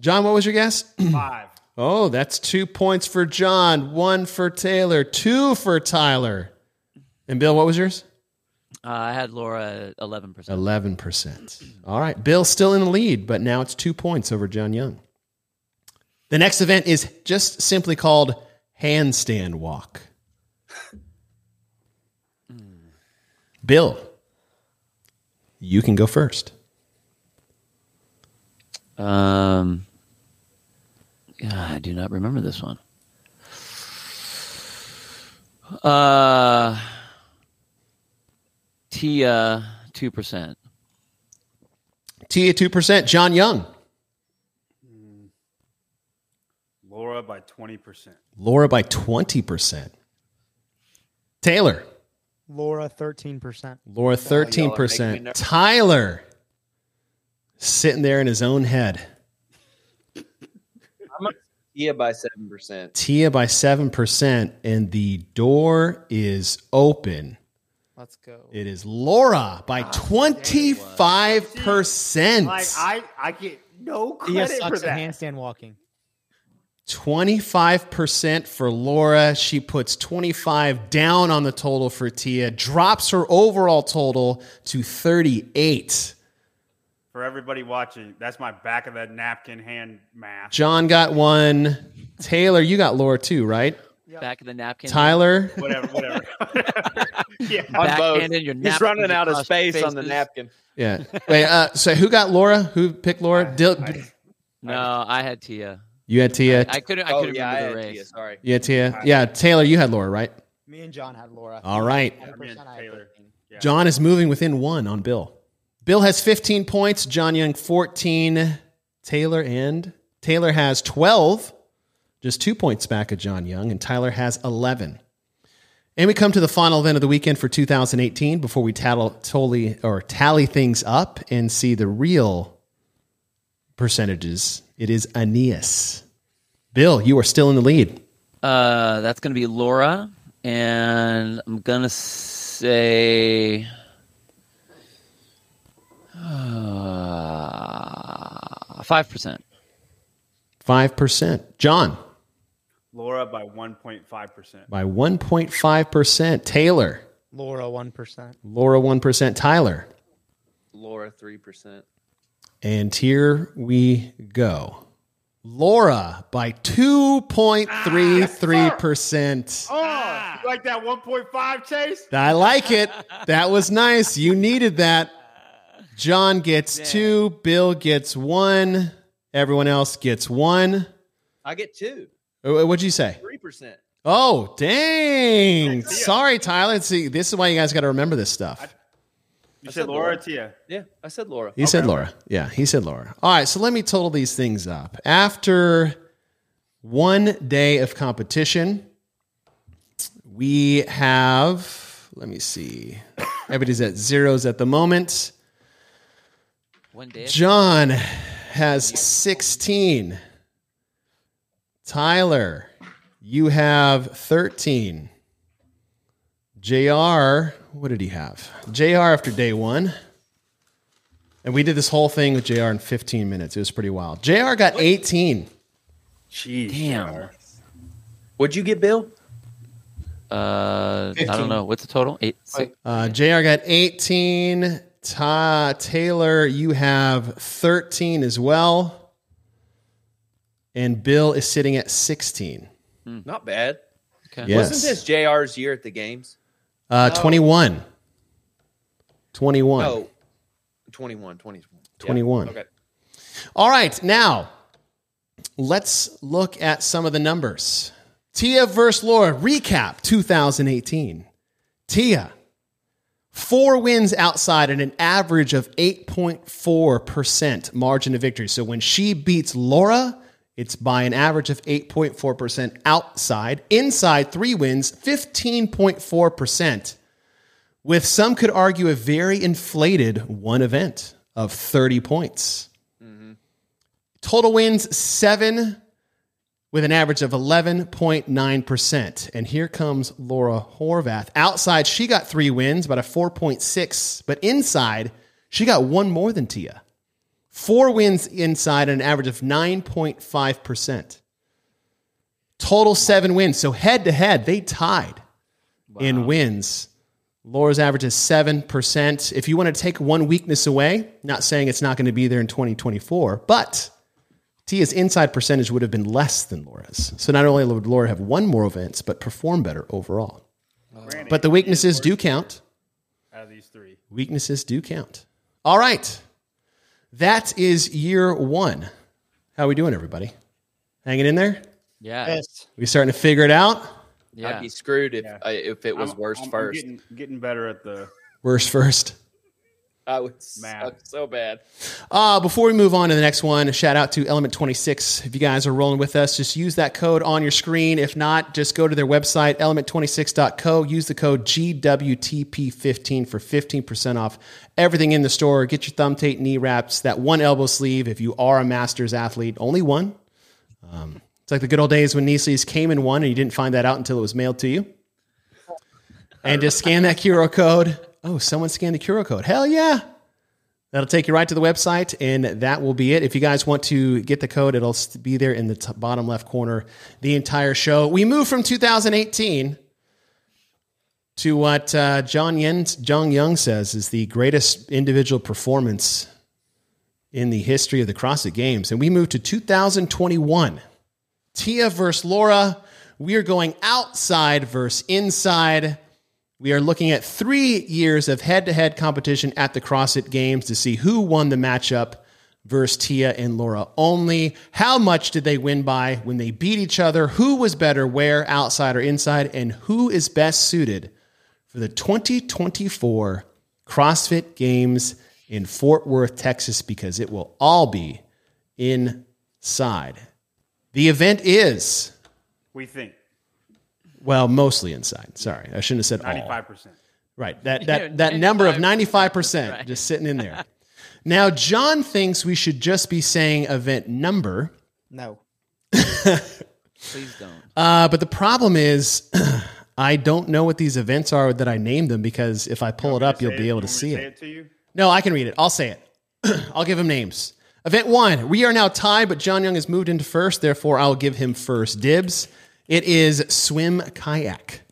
John, what was your guess? [clears throat] Five. Oh, that's two points for John, one for Taylor, two for Tyler. And Bill, what was yours? Uh, I had Laura at eleven percent. 11%. All right, Bill still in the lead, but now it's two points over John Young. The next event is just simply called handstand walk. Bill, you can go first. Um, yeah, I do not remember this one. Uh, Tia, two percent. Tia 2%, John Young. Laura by twenty percent. Laura by 20%. Taylor, Laura 13%. Laura y'all are making me 13%. nervous. Tyler, sitting there in his own head. Yeah, by seven percent. Tia by 7%, and the door is open. Let's go. It is Laura by 25%. Like I, I get no Tia credit for sucks at that. handstand walking. 25% for Laura. She puts 25 down on the total for Tia, drops her overall total to 38. For everybody watching, that's my back of the napkin hand math. John got one. Taylor, you got Laura too, right? Back of the napkin. Tyler? Whatever, whatever. yeah, On both. Backhanded your He's napkins running out of across space on the faces. napkin. Yeah. Wait, uh, so who got Laura? Who picked Laura? Dil- No, I had Tia. you had Tia. I couldn't. I Oh, couldn't yeah, I remember the had Tia, race. sorry. Yeah, Tia. Yeah, Taylor, you had Laura, right? Me and John had Laura. All right. I mean, 10% I had Taylor. Yeah. John is moving within one on Bill. Bill has 15 points. John Young 14. Taylor and Taylor has 12, just two points back of John Young, and Tyler has 11. And we come to the final event of the weekend for 2018 before we tattle, totally or tally things up and see the real percentages. It is Aeneas. Bill, you are still in the lead. Uh, that's gonna be Laura, and I'm gonna say. uh, Five percent. 5%. John Laura by one point five percent. by 1.5%. Taylor. Laura 1%. Laura 1%, Tyler. Laura three percent. And here we go. Laura by 2.33%. Oh, you like that one point five, Chase? I like it. That was nice. You needed that. John gets two, Bill gets one, everyone else gets one. I get two. Uh, What'd you say? Three percent. Oh, dang. Sorry, Tyler. See, this is why you guys got to remember this stuff. You I said said Laura, Laura. or Tia. Yeah, I said Laura. He said Laura. Yeah, he said Laura. All right, so let me total these things up. After one day of competition, we have, let me see, everybody's at zeros at the moment. One day. John has 16. Tyler, You have 13. JR, what did he have? JR after day one. And we did this whole thing with JR in 15 minutes. It was pretty wild. JR got 18. Jeez. Damn. What'd you get, Bill? Uh, I don't 15. know. What's the total? Eight. Six. Uh, JR got 18. Ta- Taylor, you have 13 as well. And Bill is sitting at 16. Hmm. Not bad. Okay. Yes. Wasn't this JR's year at the games? Uh, 21. 21. No. 21, 21. Yeah. 21. Oh, Okay. All right, now let's look at some of the numbers. Tia versus Laura recap 2018. Tia, four wins outside at an average of 8.4% margin of victory. So when she beats Laura, it's by an average of 8.4% outside. Inside, three wins, 15.4%, with some could argue a very inflated one event of 30 points. Total wins seven with an average of 11.9%. And here comes Laura Horvath. Outside, she got three wins, about a 4.6, but inside, she got one more than Tia. Four wins inside at an average of 9.5%. Total seven wins. So head to head, they tied in wins. Laura's average is 7%. If you want to take one weakness away, not saying it's not going to be there in 2024, but Tia's inside percentage would have been less than Laura's. So not only would Laura have won more events, but perform better overall. But the weaknesses do count. Out of these three. Weaknesses do count. All right. That is year one. How we doing, everybody? Hanging in there? Yeah. We starting to figure it out? Yeah. I'd be screwed if I, if it was I'm- worst I'm- I'm first. getting, getting better at the Worst first. I would suck so bad. Uh, before we move on to the next one, a shout out to Element26. If you guys are rolling with us, just use that code on your screen. If not, just go to their website, element26.co. Use the code GWTP15 for 15% off everything in the store. Get your thumb tape, knee wraps, that one elbow sleeve. If you are a master's athlete, only one. Um, it's like the good old days when knee sleeves came in one and you didn't find that out until it was mailed to you. And just scan that QR code. Oh, someone scanned the QR code. Hell yeah. That'll take you right to the website, and that will be it. If you guys want to get the code, it'll st- be there in the t- bottom left corner the entire show. We move from 2018 to what uh, John Yen, Jong Young says is the greatest individual performance in the history of the CrossFit Games. And we move to 2021. Tia versus Laura. We are going outside versus inside. We are looking at three years of head to head competition at the CrossFit Games to see who won the matchup versus Tia and Laura only. How much did they win by when they beat each other? Who was better, where, outside or inside? And who is best suited for the 2024 CrossFit Games in Fort Worth, Texas, because it will all be inside. The event is, we think well, mostly inside. Sorry, I shouldn't have said all. ninety five percent. Right. That that that number of 95% just sitting in there. now John thinks we should just be saying event number. No. Please don't. Uh, but the problem is [clears throat] I don't know what these events are that I named them because if I pull it up, you'll be able to see Say it. it to you. No, I can read it. I'll say it. [clears throat] I'll give him names. Event one, we are now tied, but John Young has moved into first. Therefore, I'll give him first dibs. It is swim kayak.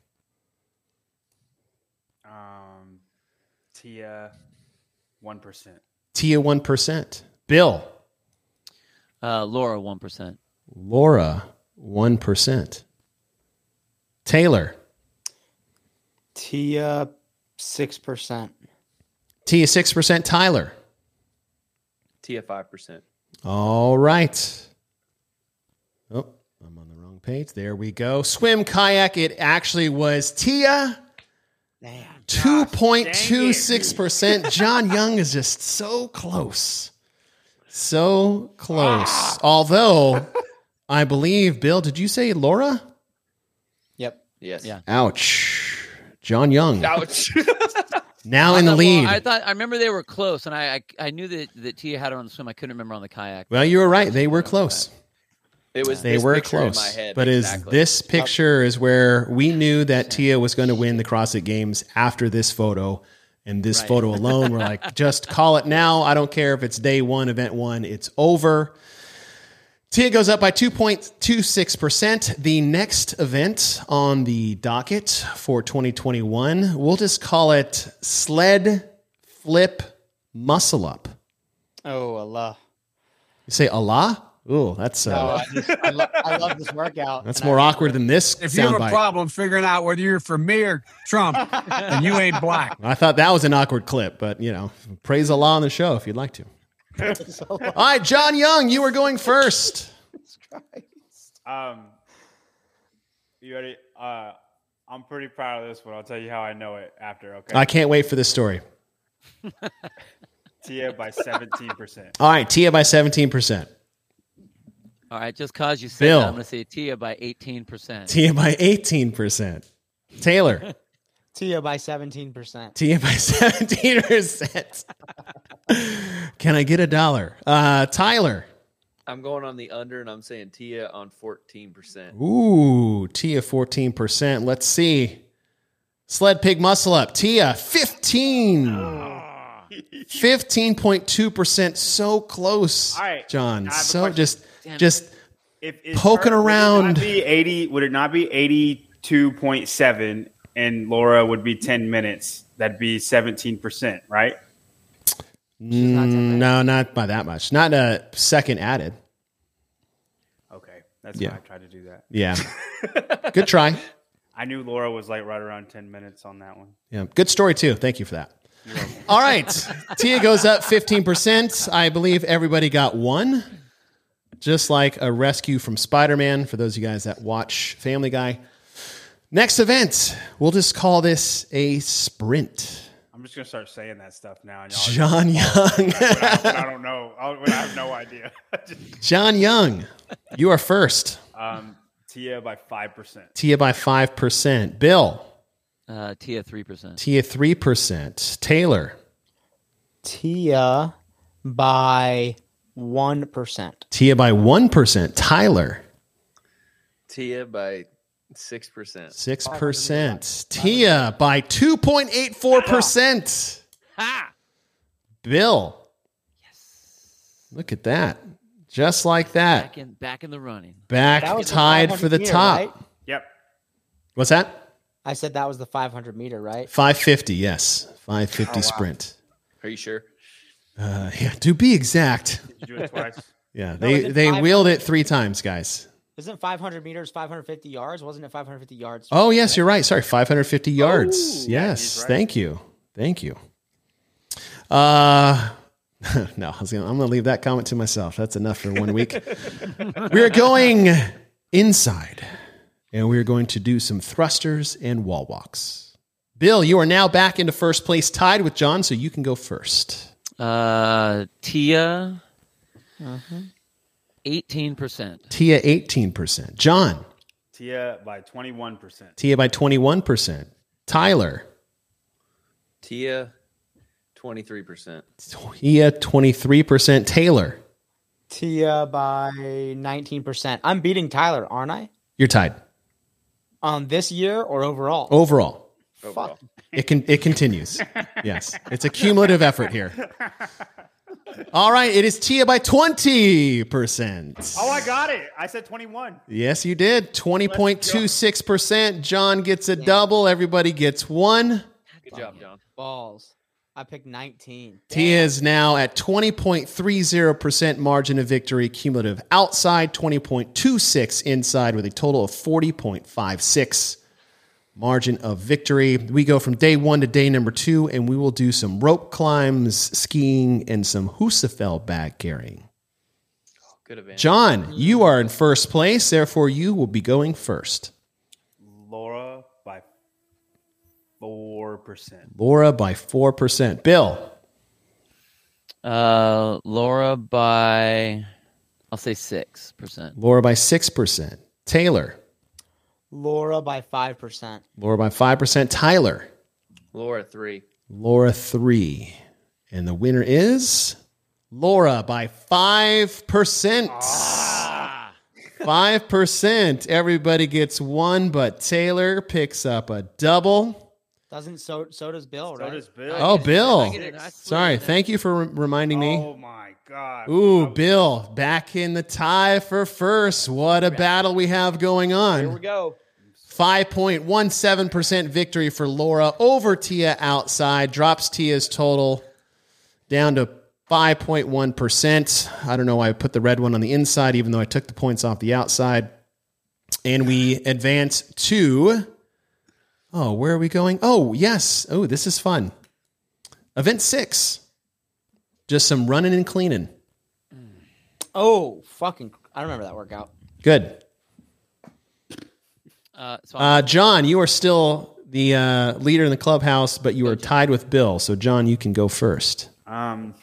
Um, Tia, one percent. Tia 1%. Bill, Uh, Laura, one percent. Laura 1%. Taylor, Tia, six percent. Tia 6%. Tyler. Tia five percent. All right. Oh, I'm on the wrong page. There we go. Swim kayak. It actually was Tia. 2.26%. John Young is just so close. So close. Although, I believe, Bill, did you say Laura? Yep. Yes. Yeah. Ouch. John Young. Ouch. [laughs] Now in the lead. I thought I remember they were close, and I I, I knew that, that Tia had her on the swim. I couldn't remember on the kayak. Well, you were right. They were close. It was They this were picture in close, my head, but is exactly. this picture is where we knew that Tia was going to win the CrossFit Games after this photo, and this photo alone, we're [laughs] like, just call it now. I don't care if it's day one, event one, it's over. Tia goes up by 2.26%. The next event on the docket for 2021, we'll just call it Sled Flip Muscle Up. Oh, Allah. You say Allah? Ooh, that's uh, Oh, No, Oh, I, just, I, lo- I love this workout. that's and I- more awkward than this If you have a soundbite. problem figuring out whether you're for me or Trump, and you ain't black. I thought that was an awkward clip, but you know, praise Allah on the show if you'd like to. All [laughs] All right, John Young, you were going first. Um, you ready? Uh, I'm pretty proud of this one. I'll tell you how I know it after. Okay. I can't wait for this story. Tia by 17%. All right, Tia by 17%. All right, just cause you said that, Bill. I'm going to say Tia by 18%. Tia by 18%. Taylor, Tia by 17%. Tia by 17%. [laughs] Can I get a dollar? Uh, Tyler, I'm going on the under, and I'm saying Tia on 14. percent ooh, Tia 14%. Let's see. Sled pig muscle up. Tia 15. 15.2%. So close. right, John. I have a So question. just Damn it. just If it's poking around. would it not be 80? Would it not be 82.7? And Laura would be 10 minutes. That'd be 17%, right? Mm, no, not by that much. Not a second added. Okay, that's Yeah. why I tried to do that. [laughs] Yeah. Good try. I knew Laura was like right around 10 minutes on that one. Yeah. Good story too. Thank you for that. All right. Tia goes up 15%. I believe everybody got one. Just like a rescue from Spider-Man for those of you guys that watch Family Guy. Next event, we'll just call this a sprint. I'm just gonna start saying that stuff [laughs] now. And y'all John Young. [laughs] When I, when I don't know. I'll, when I have no idea. John Young, you are first. um, [laughs] Tia by five percent. Tia by 5%. Bill, Uh, Tia 3%. Tia 3%. Taylor, Tia by 1%. Tia by 1%. Tyler, Tia by six percent. 6%. Tia by 2.84%. Bill. Yes. Look at that. Just like that. Back in, back in the running. Back tied for the top. Yep. What's that? I said that was the 500 meter, right? 550. Yes. 550 Oh, wow. sprint. Are you sure? Uh, yeah, to be exact. Did [laughs] you do it twice? Yeah, No, they is it they five- wheeled it 3 times, guys. Isn't 500 meters 550 yards? Wasn't it 550 yards? Oh, yes, you're right. Sorry, 550 yards. yes, thank you. Thank you. Uh, [laughs] no, I was gonna, I'm going to leave that comment to myself. That's enough for one week. we're going inside and we're going to do some thrusters and wall walks. Bill, you are now back into first place, tied with John, so you can go first. Uh, Tia, Mm-hmm. 18%. Tia, 18%. John, Tia by twenty-one percent. Tia by 21%. Tyler, Tia, 23 percent. Tia, 23%. Taylor, Tia by 19%. I'm beating Tyler, aren't I? you're tied. On this year or overall? Oh. Overall. Fuck. It can it continues. yes. It's a cumulative effort here. All right, it is Tia by 20%. Oh, I got it. I said twenty-one. Yes, you did. 20.26%. John gets a double, everybody gets one. Good job, John. Balls. I picked 19. Tia is now at 20.30% margin of victory cumulative outside, 20.26 inside with a total of 40.56 margin of victory. We go from day 1 to day number 2 and we will do some rope climbs, skiing and some Husafel bag carrying. Good event. Mm-hmm. John, you are in first place, therefore you will be going first. Laura by four percent. Laura by 4%. Bill, Uh, Laura by, I'll say 6%. Laura by 6%. Taylor, Laura by 5%. Laura by 5%. Tyler, Laura three. Laura three. And the winner is Laura by five percent. Five percent. Everybody gets one, but Taylor picks up a double. Doesn't so so does Bill, right? So does Bill. Oh, Bill. Sorry. Thank you for re- reminding me. Oh my god. Ooh, Bill, back in the tie for first. What a battle we have going on. Here we go. 5.17% victory for Laura over Tia outside. Drops Tia's total down to 5.1%. I don't know why I put the red one on the inside, even though I took the points off the outside. And we advance to. Oh, where are we going? Oh, yes. Oh, this is fun. Event six. Just some running and cleaning. Oh, fucking! I remember that workout. Good. Uh, so I'm- Uh, John, you are still the uh, leader in the clubhouse, but you are tied with Bill. So, John, you can go first. Um,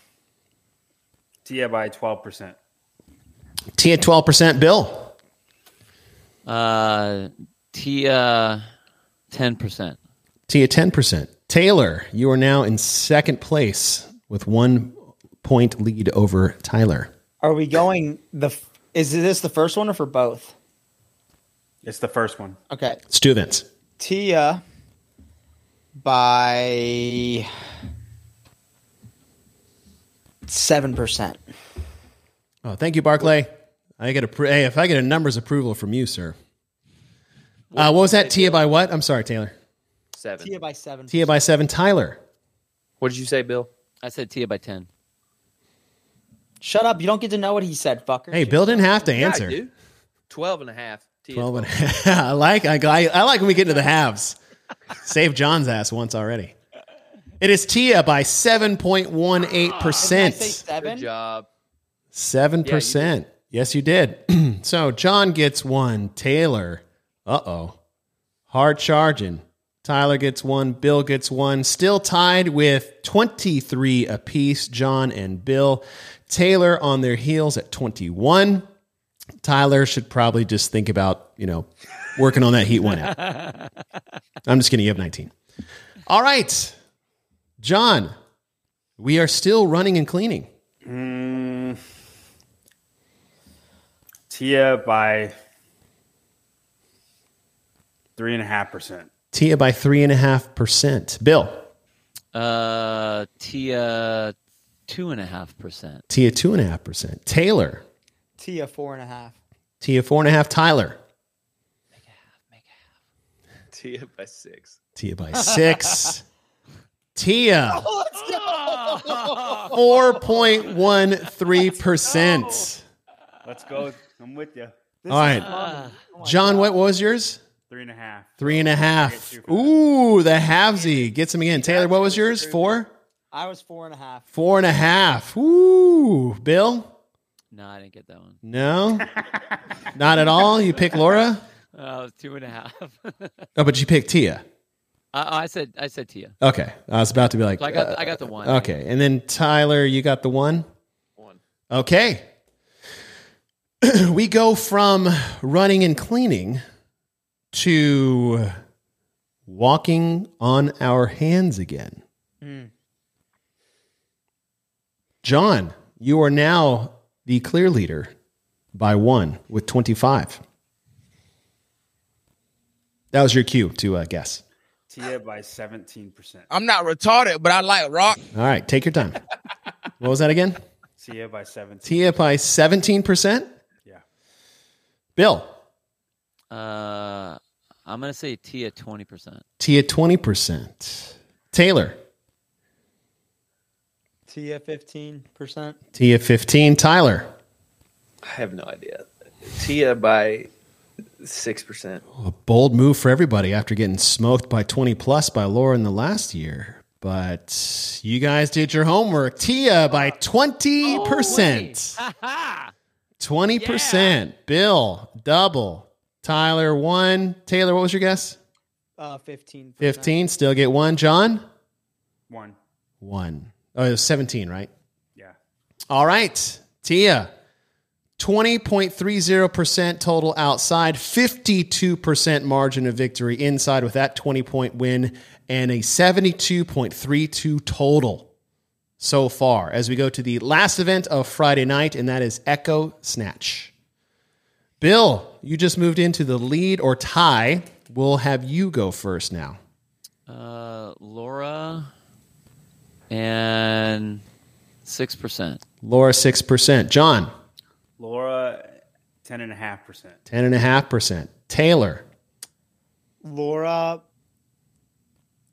Tia by twelve percent. T at 12%, Bill. uh, Tia, ten percent. Tia, 10%. Taylor, you are now in second place with one point lead over Tyler. Are we going the? f- Is this the first one or for both? It's the first one. Okay, Students. Tia by seven percent. Oh, thank you, Barclay. I get a pr- hey, if I get a numbers approval from you, sir. Uh, what was that? Tia by what? I'm sorry, Taylor. Seven. Tia by seven. Tia by seven. Tyler. What did you say, Bill? I said Tia by ten. Shut up! You don't get to know what he said, fucker. Hey, Bill didn't have to Yeah, I answer. do. 12 and a half. Tia. 12 and [laughs] I like I, I, I like when we get into the halves. Save John's ass once already. It is Tia by 7.18%. seven. Good job. 7%. yes, you did. [clears throat] so John gets one. Taylor, uh oh, hard charging. Tyler gets one. Bill gets one. Still tied with 23 apiece, John and Bill. Taylor on their heels at 21. Tyler should probably just think about, you know, working on that heat one out. I'm just kidding. You have 19. All right. John, we are still running and cleaning. Mm, Tia by three and a half percent. Tia by 3.5%. Bill, Uh, Tia, two and a half percent. Tia 2.5%. Taylor, Tia four and a half. Tia 4.5%. Tyler, Tia by six. Tia by 6 [laughs] Tia, let's go. 4.13%. Let's go. I'm with you. All right. John, what was yours? Three and a half. Three and a half. Ooh, the halvesy gets him again. Taylor, what was yours? Four? I was four and a half. Four and a half. Ooh, Bill? No, I didn't get that one. No? Not at all. You pick Laura? Uh, it was two and a half. Oh, but you picked Tia. [laughs] I, I said I said Tia. Okay, I was about to be like, uh, So I got- I got the one. Okay, and then Tyler, you got the one. One. Okay. [clears throat] we go from running and cleaning to walking on our hands again. Mm. John, you are now the clear leader by one with twenty-five. That was your cue to uh, guess. Tia by seventeen percent. I'm not retarded, but I like rock. All right, take your time. what was that again? Tia by seventeen. Tia by 17%? Yeah. Bill, Uh, I'm gonna say Tia twenty percent. Tia 20%. Taylor, Tia fifteen percent. Tia 15. Tyler, I have no idea. Tia by six percent. a bold move for everybody after getting smoked by 20 plus by Laura in the last year. But you guys did your homework. Tia by 20%. 20%. Bill, double. Tyler, one. Taylor, what was your guess? Uh, fifteen. 15. Still get one. John? One. One. Oh, it was 17, right? Yeah. All right. Tia, 20.30% total outside, 52% margin of victory inside with that 20 point win, and a 72.32 total so far as we go to the last event of Friday night, and that is Echo Snatch. Bill, you just moved into the lead or tie. We'll have you go first now. Uh, Laura and six percent. Laura, 6%. John, Laura, ten and a half percent. 10.5%. Taylor, Laura,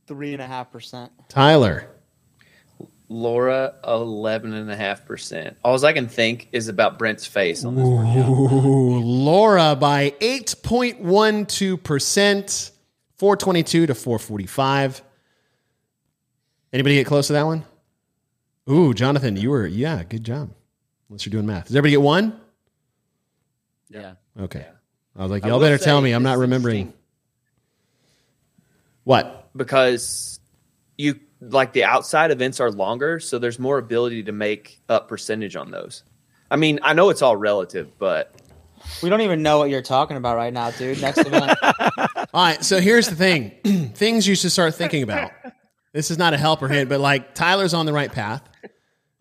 three and a half percent. Tyler, Laura, eleven and a half percent. All I can think is about Brent's face. On this. Ooh, Laura by 8.12%, 422 to 445. Anybody get close to that one? Ooh, Jonathan, you were, yeah, good job. Unless you're doing math. Does everybody get one? Yeah. Okay. I was like, I y'all will better tell say me. I'm not remembering. What? Because you like the outside events are longer, so there's more ability to make up percentage on those. I mean, I know it's all relative, but We don't even know what you're talking about right now, dude. [laughs] Next event. All right. So here's the thing [clears throat] things you should start thinking about. This is not a help or hint, but like Tyler's on the right path.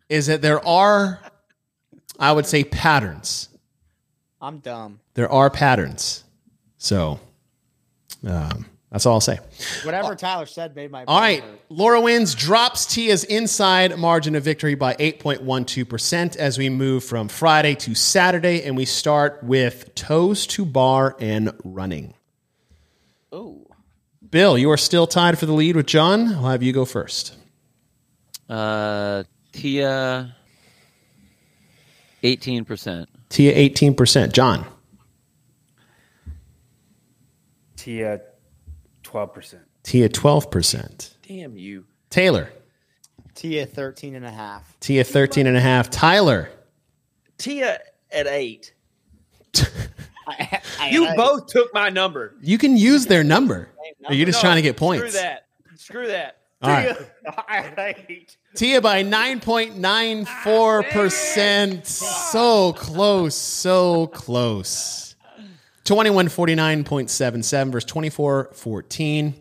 Is that there are, I would say, patterns. I'm dumb. There are patterns. So um, that's all I'll say. Whatever Tyler said made my. Oh. All right. Laura wins, drops Tia's inside margin of victory by 8.12% as we move from Friday to Saturday. And we start with toes to bar and running. Oh. Bill, you are still tied for the lead with John. I'll have you go first. Uh, Tia, eighteen percent. Tia, 18%. John, Tia, twelve [laughs] percent. Tia, 12%. Damn you. Taylor, Tia, 13 and a half. Tia, 13.5. Tyler, Tia [laughs] at eight. I- you I- both took my number. you can use their number. Or you're just No, trying to get points. Screw that. Screw that. All right. Tia, I hate. Tia by 9.94%. So close, so close. 2149.77 versus 2414.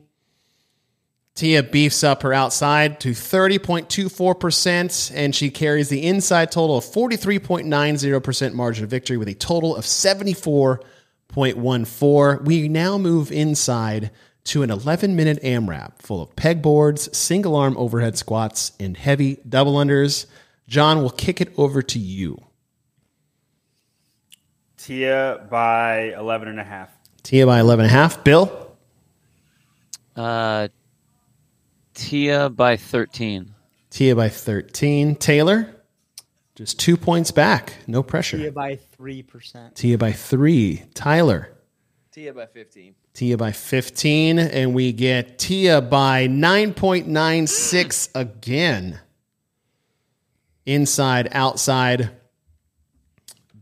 Tia beefs up her outside to 30.24%, and she carries the inside total of 43.90% margin of victory with a total of 74.14. We now move inside to an 11 minute AMRAP full of pegboards, single arm overhead squats, and heavy double unders. John will kick it over to you. Tia by eleven and a half. Tia by 11 and a half. Bill? Uh, Tia by thirteen. Tia by 13. Taylor? Just two points back. No pressure. Tia by 3%. Tia by three. Tyler. Tia by fifteen. Tia by 15. And we get Tia by 9.96 again. Inside, outside.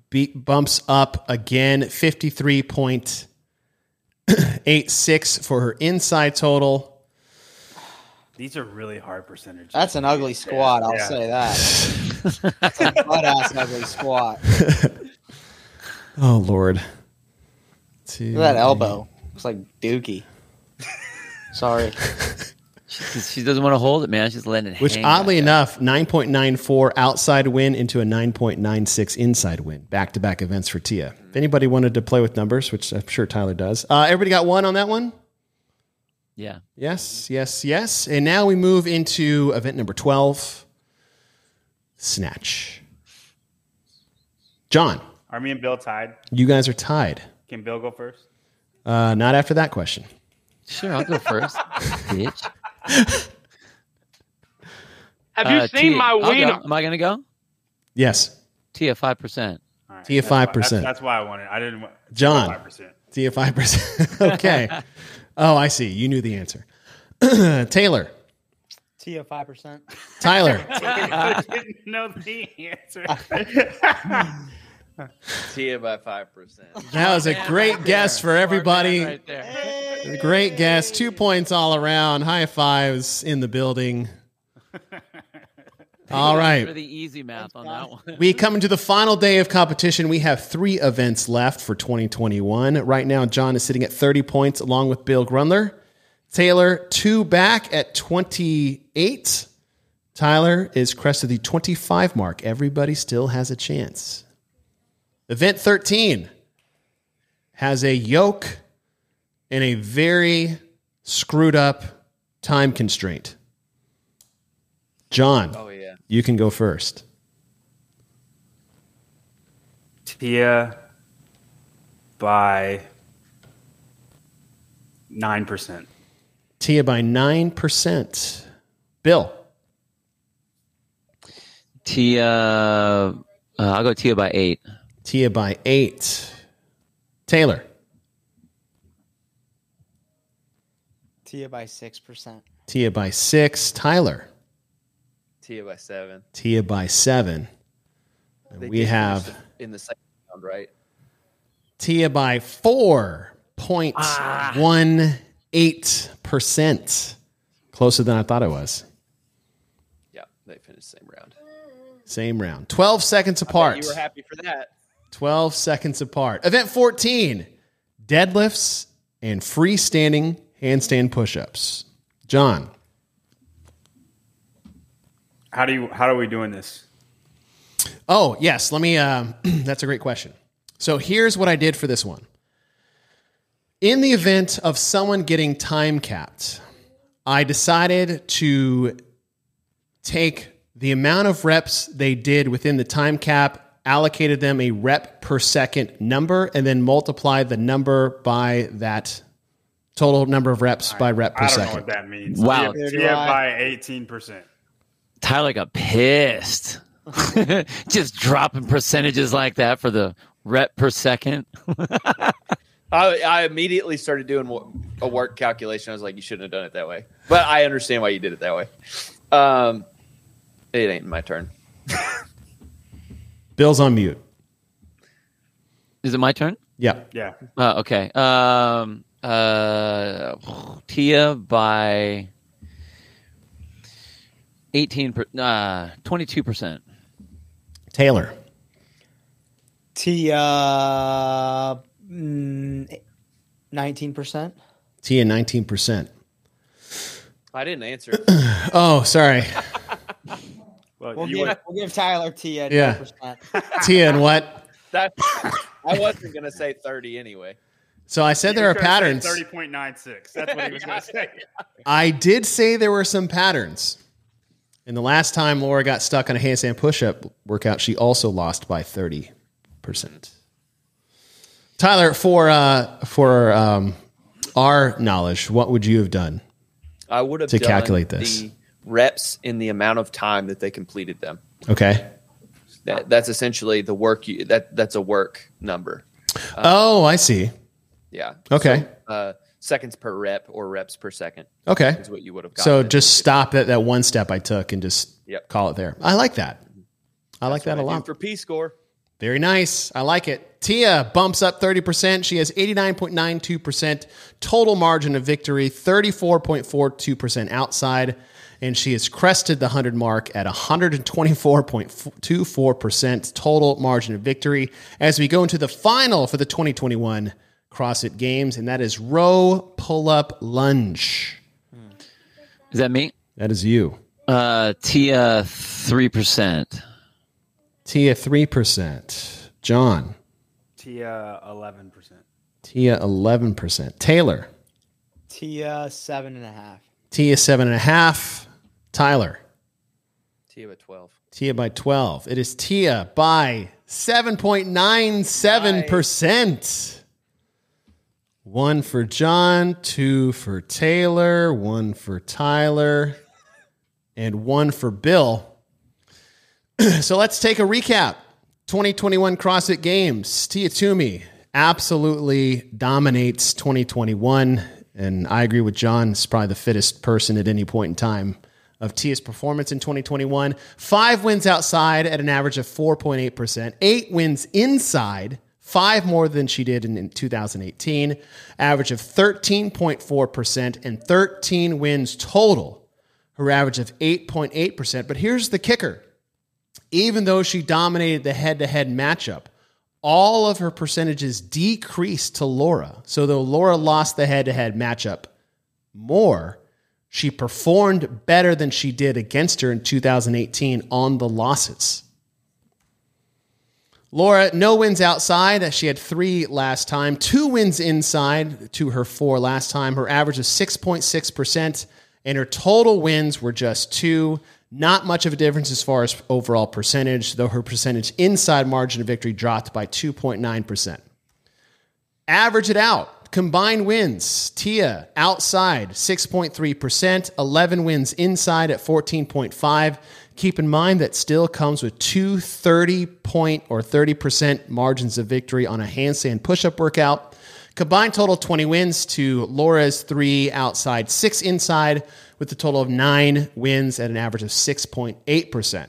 Beat bumps up again. 53.86 for her inside total. These are really hard percentages. That's an ugly squat, I'll Yeah. say [laughs] that. That's a butt ass ugly squat. Oh, Lord. Two, Look at that elbow. Looks like Dookie. [laughs] Sorry. She, she doesn't want to hold it, man. She's letting it Which hang. oddly enough, 9.94 outside win into a 9.96 inside win. Back to back events for Tia. If anybody wanted to play with numbers, which I'm sure Tyler does, uh, everybody got one on that one? Yeah. Yes, yes, yes. And now we move into event number 12 Snatch. John, Are me and Bill tied? you guys are tied. Can Bill go first? Uh, not after that question. Sure, I'll go first. Bitch. Have you seen my Uh, I'll go. wiener? Am I going to go? Yes. Tia, 5%. Tia, That's why- 5%. That's why I wanted. I didn't want John. Five percent. Tia, 5%. [laughs] okay. oh, I see. You knew the answer. [clears throat] Taylor, Tia, 5%. Tyler. I didn't know the answer. Tia by five percent. That was a great guess for everybody. right there. Great guess. Two points all around. High fives in the building. All For right. the easy math on that one. We come into the final day of competition. We have three events left for 2021. Right now, John is sitting at 30 points along with Bill Grundler. Taylor, two back at 28. Tyler is crested the 25 mark. Everybody still has a chance. Event 13 has a yoke and a very screwed up time constraint. John, Oh, yeah. you can go first. Tia by 9%. Tia by 9%. Bill. Tia, uh, I'll go Tia by eight. Tia by eight. Taylor. Tia by six percent. Tia by six. Tyler. Tia by seven. Tia by seven. And They we did have finish in the second round, right? Tia by four point Ah. one eight percent. Closer than I thought it was. Yeah, they finished the same round. Same round. Twelve seconds apart. You were happy for that. 12 seconds apart. Event 14 deadlifts and freestanding handstand push ups. John, How do you how are we doing this? Oh, yes. Let me. Um, [clears throat] that's a great question. So here's what I did for this one. In the event of someone getting time capped, I decided to take the amount of reps they did within the time cap, allocated them a rep per second number, and then multiplied the number by that total number of reps by rep per I don't second. know what that means. Wow. Tia, Tia by 18%. Tyler got pissed. [laughs] Just dropping percentages like that for the rep per second. I, I immediately started doing wo- a work calculation. I was like, you shouldn't have done it that way. But I understand why you did it that way. Um, it ain't my turn. Bill's on mute. Is it my turn? Yeah. Yeah. Uh, okay. Um, uh, Tia by 18 per, uh, 22%. Taylor. Tia uh, mm, nineteen percent. Tia, 19%. I didn't answer. [coughs] Oh, sorry. [laughs] We'll, give, we'll give Tyler Tia. Yeah. 10%. Tia and what? That, I wasn't going to say 30 anyway. So I said there are patterns. 30.96. That's what he was going to say. I did say there were some patterns. And the last time Laura got stuck on a handstand push up workout, she also lost by 30%. Tyler, for, uh, for um, our knowledge, what would you have done? I would have To done calculate this. the reps in the amount of time that they completed them. Okay. That, that's essentially the work you that that's a work number. oh, I see. Yeah. Okay. Uh, So, uh, seconds per rep or reps per second. Okay. Is what you would have gotten. So just stop at that one step I took and just Yep. call it there. I like that. I like that a lot. for P score. Very nice. I like it. Tia bumps up 30%. She has 89.92% total margin of victory, 34.42% outside, and she has crested the 100 mark at 124.24% total margin of victory as we go into the final for the 2021 CrossFit Games, and that is row pull up lunge. Is that me? That is you. Uh, Tia 3%. Tia, 3%. John, Tia 11%. Tia, 11%. Taylor, Tia seven and a half. Tia, 7.5. Tyler, Tia by 12. Tia by 12. It is Tia by 7.97%. One for John, two for Taylor, one for Tyler, and one for Bill. [clears throat] so let's take a recap 2021 CrossFit Games. Tia Toomey absolutely dominates 2021. And I agree with John, it's probably the fittest person at any point in time of Tia's performance in 2021. Five wins outside at an average of 4.8%, eight wins inside, five more than she did in, in 2018, average of 13.4%, and 13 wins total, her average of 8.8%. But here's the kicker even though she dominated the head to head matchup, all of her percentages decreased to Laura. So, though Laura lost the head to head matchup more, she performed better than she did against her in 2018 on the losses. Laura, no wins outside. She had three last time, two wins inside to her four last time. Her average was 6.6%, and her total wins were just two. Not much of a difference as far as overall percentage, though her percentage inside margin of victory dropped by 2.9%. Average it out. Combined wins, Tia outside 6.3%, 11 wins inside at 14.5. Keep in mind that still comes with two 30 point or 30% margins of victory on a handstand push-up workout. Combined total 20 wins to Laura's 3 outside, 6 inside with a total of 9 wins at an average of 6.8%.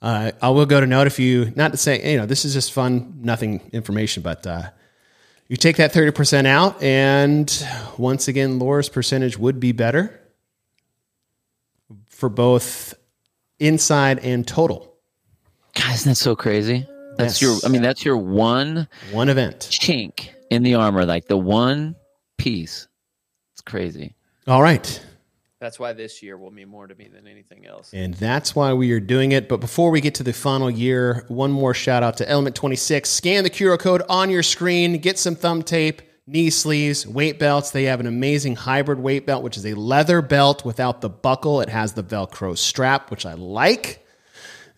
Uh, I will go to note if you, not to say, you know, this is just fun, nothing information, but uh, you take that 30% out, and once again, Laura's percentage would be better for both inside and total. God, isn't that so crazy? That's your. I mean, that's your one one event chink in the armor, like the one piece. It's crazy. All right. That's why this year will mean more to me than anything else. And that's why we are doing it. But before we get to the final year, one more shout out to Element 26. Scan the QR code on your screen, get some thumb tape, knee sleeves, weight belts. They have an amazing hybrid weight belt, which is a leather belt without the buckle. It has the Velcro strap, which I like.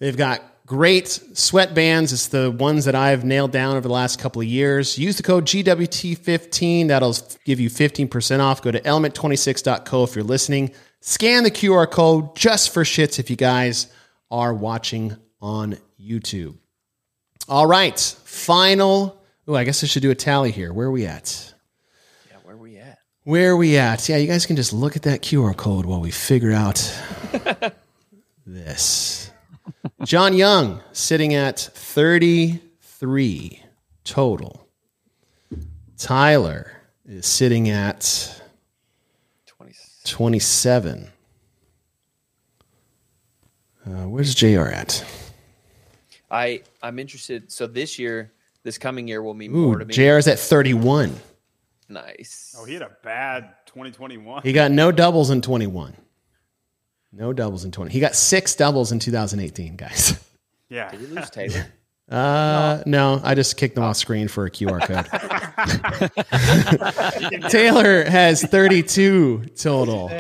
They've got great sweatbands. It's the ones that I've nailed down over the last couple of years. Use the code GWT15. That'll give you 15% off. Go to element26.co if you're listening. Scan the QR code just for shits if you guys are watching on YouTube. All right, final. Oh, I guess I should do a tally here. Where are we at? Yeah, where we at? Where are we at? Yeah, you guys can just look at that QR code while we figure [laughs] out this. John Young sitting at 33 total. Tyler is sitting at 27. Uh, where's JR at? I I'm interested. So this year, this coming year will mean more Ooh, to me. JR's at 31. Nice. Oh, he had a bad 2021. He got no doubles in 21. No doubles in 20. He got six doubles in 2018, guys. [laughs] Yeah. Did you [laughs] lose Taylor? Uh, no. I just kicked them off screen for a QR code. [laughs] Taylor has 32 total,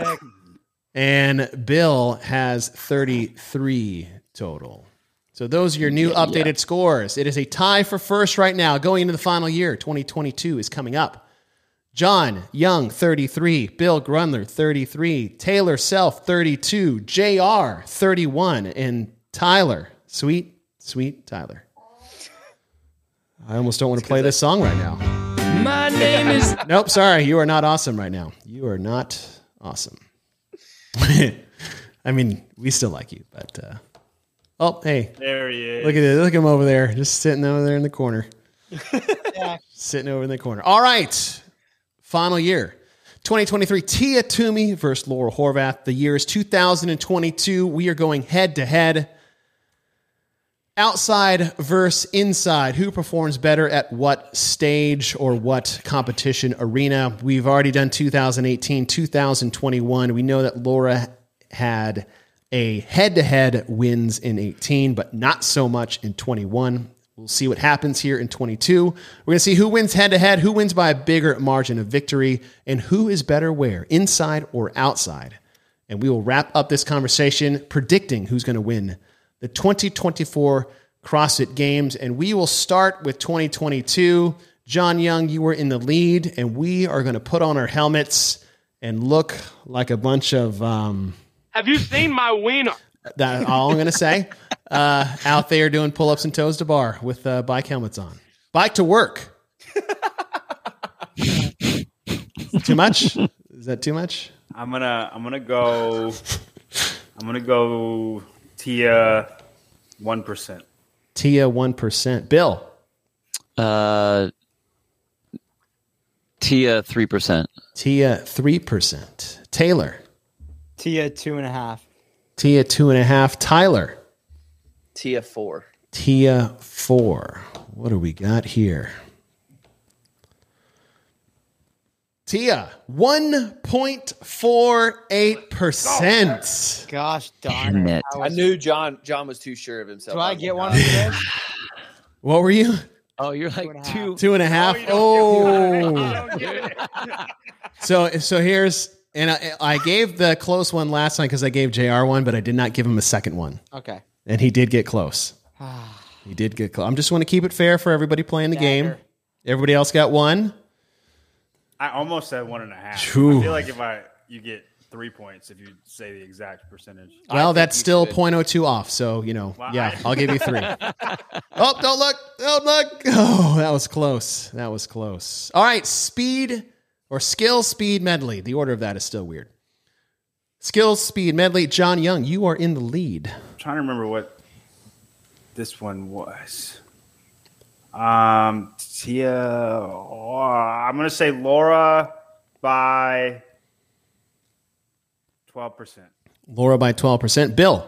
and Bill has 33 total. So those are your new Yeah, updated scores. It is a tie for first right now. Going into the final year, 2022 is coming up. John Young, 33. Bill Grunler, 33. Taylor Self, 32. JR, 31. And Tyler, sweet, sweet Tyler. I almost don't want to play this song right now. My name is Nope, sorry. You are not awesome right now. You are not awesome. [laughs] I mean, we still like you, but. Uh, oh, hey. [laughs] There he is. Look at it. Look at him over there, just sitting over there in the corner. Sitting over in the corner. All right. Final year. 2023 Tia Toomey versus Laura Horvath. The year is 2022. We are going head to head. Outside versus inside. Who performs better at what stage or what competition arena? We've already done 2018, 2021. We know that Laura had a head to head wins in 18, but not so much in 21. We'll see what happens here in 22. We're going to see who wins head to head, who wins by a bigger margin of victory, and who is better where, inside or outside. And we will wrap up this conversation predicting who's going to win the 2024 CrossFit Games. And we will start with 2022. John Young, you were in the lead, and we are going to put on our helmets and look like a bunch of. Um, Have you seen my [laughs] wiener? that's all I'm going to say. Uh, out there doing pull ups and toes to bar with uh, bike helmets on. Bike [laughs] to work. too much? Is that too much? I'm gonna I'm gonna go I'm gonna go Tia one percent. Tia 1%. Bill, Uh, Tia three percent. Tia 3%. Taylor, Tia two and a half. Tia 2.5. Tyler, Tia four. Tia 4. What do we got here? Tia, 1.48%. Gosh darn Damn it. I knew John. John was too sure of himself. [laughs] Do I get one of those? What were you? Oh, you're like two, Two and a half. Oh. so so here's and I, I gave the close one last time because I gave Jr. one, but I did not give him a second one. Okay. And he did get close. he did get close. I'm just want to keep it fair for everybody playing the game. Everybody else got one. I almost said one and a half. Phew. I feel like if I you get three points if you say the exact percentage. Well, that's still 0.02 off. So you know, Wow. yeah, I'll give you three. oh, don't look! Don't look! Oh, that was close. That was close. All right, speed or skill speed medley. The order of that is still weird. Skill speed medley. John Young, you are in the lead. I'm trying to remember what this one was. Um, Tia, oh, I'm gonna say Laura by twelve percent. Laura by 12%. Bill,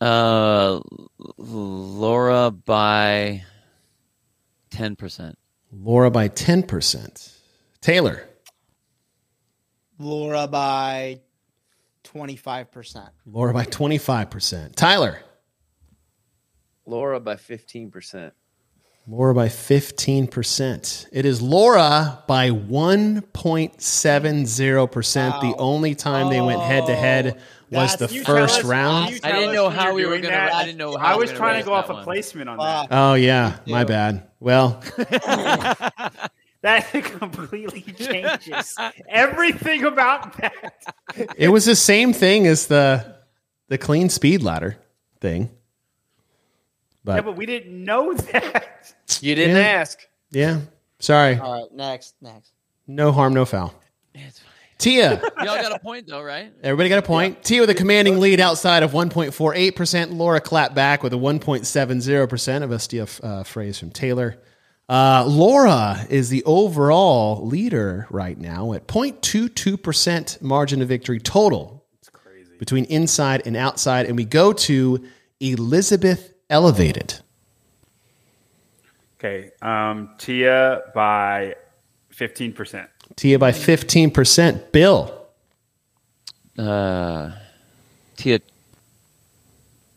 Uh, Laura by ten percent. Laura by 10%. Taylor, Laura by 25%. Laura by 25%. Tyler, Laura by fifteen percent. Laura by 15%. It is Laura by 1.70%. The only time they went head to head was the first round. I didn't know how we were gonna- I didn't know how I we was were gonna trying to go raise off that a one. placement on that. Oh yeah, my bad. Well, That [laughs] completely changes everything about that. it was the same thing as the the clean speed ladder thing. yeah, But but we didn't know that. You didn't Yeah. ask. yeah, sorry. All right, next, next. No harm, no foul. Tia, [laughs] Y'all got a point though, right? everybody got a point. Tia with a commanding lead outside of 1.48%. Laura clapped back with a 1.70% of a steal uh, phrase from Taylor. Uh, Laura is the overall leader right now at 0.22% margin of victory total. Between inside and outside. And we go to Elizabeth Elevated. Okay, um, Tia by fifteen percent. Tia by 15%. Bill. Uh, Tia,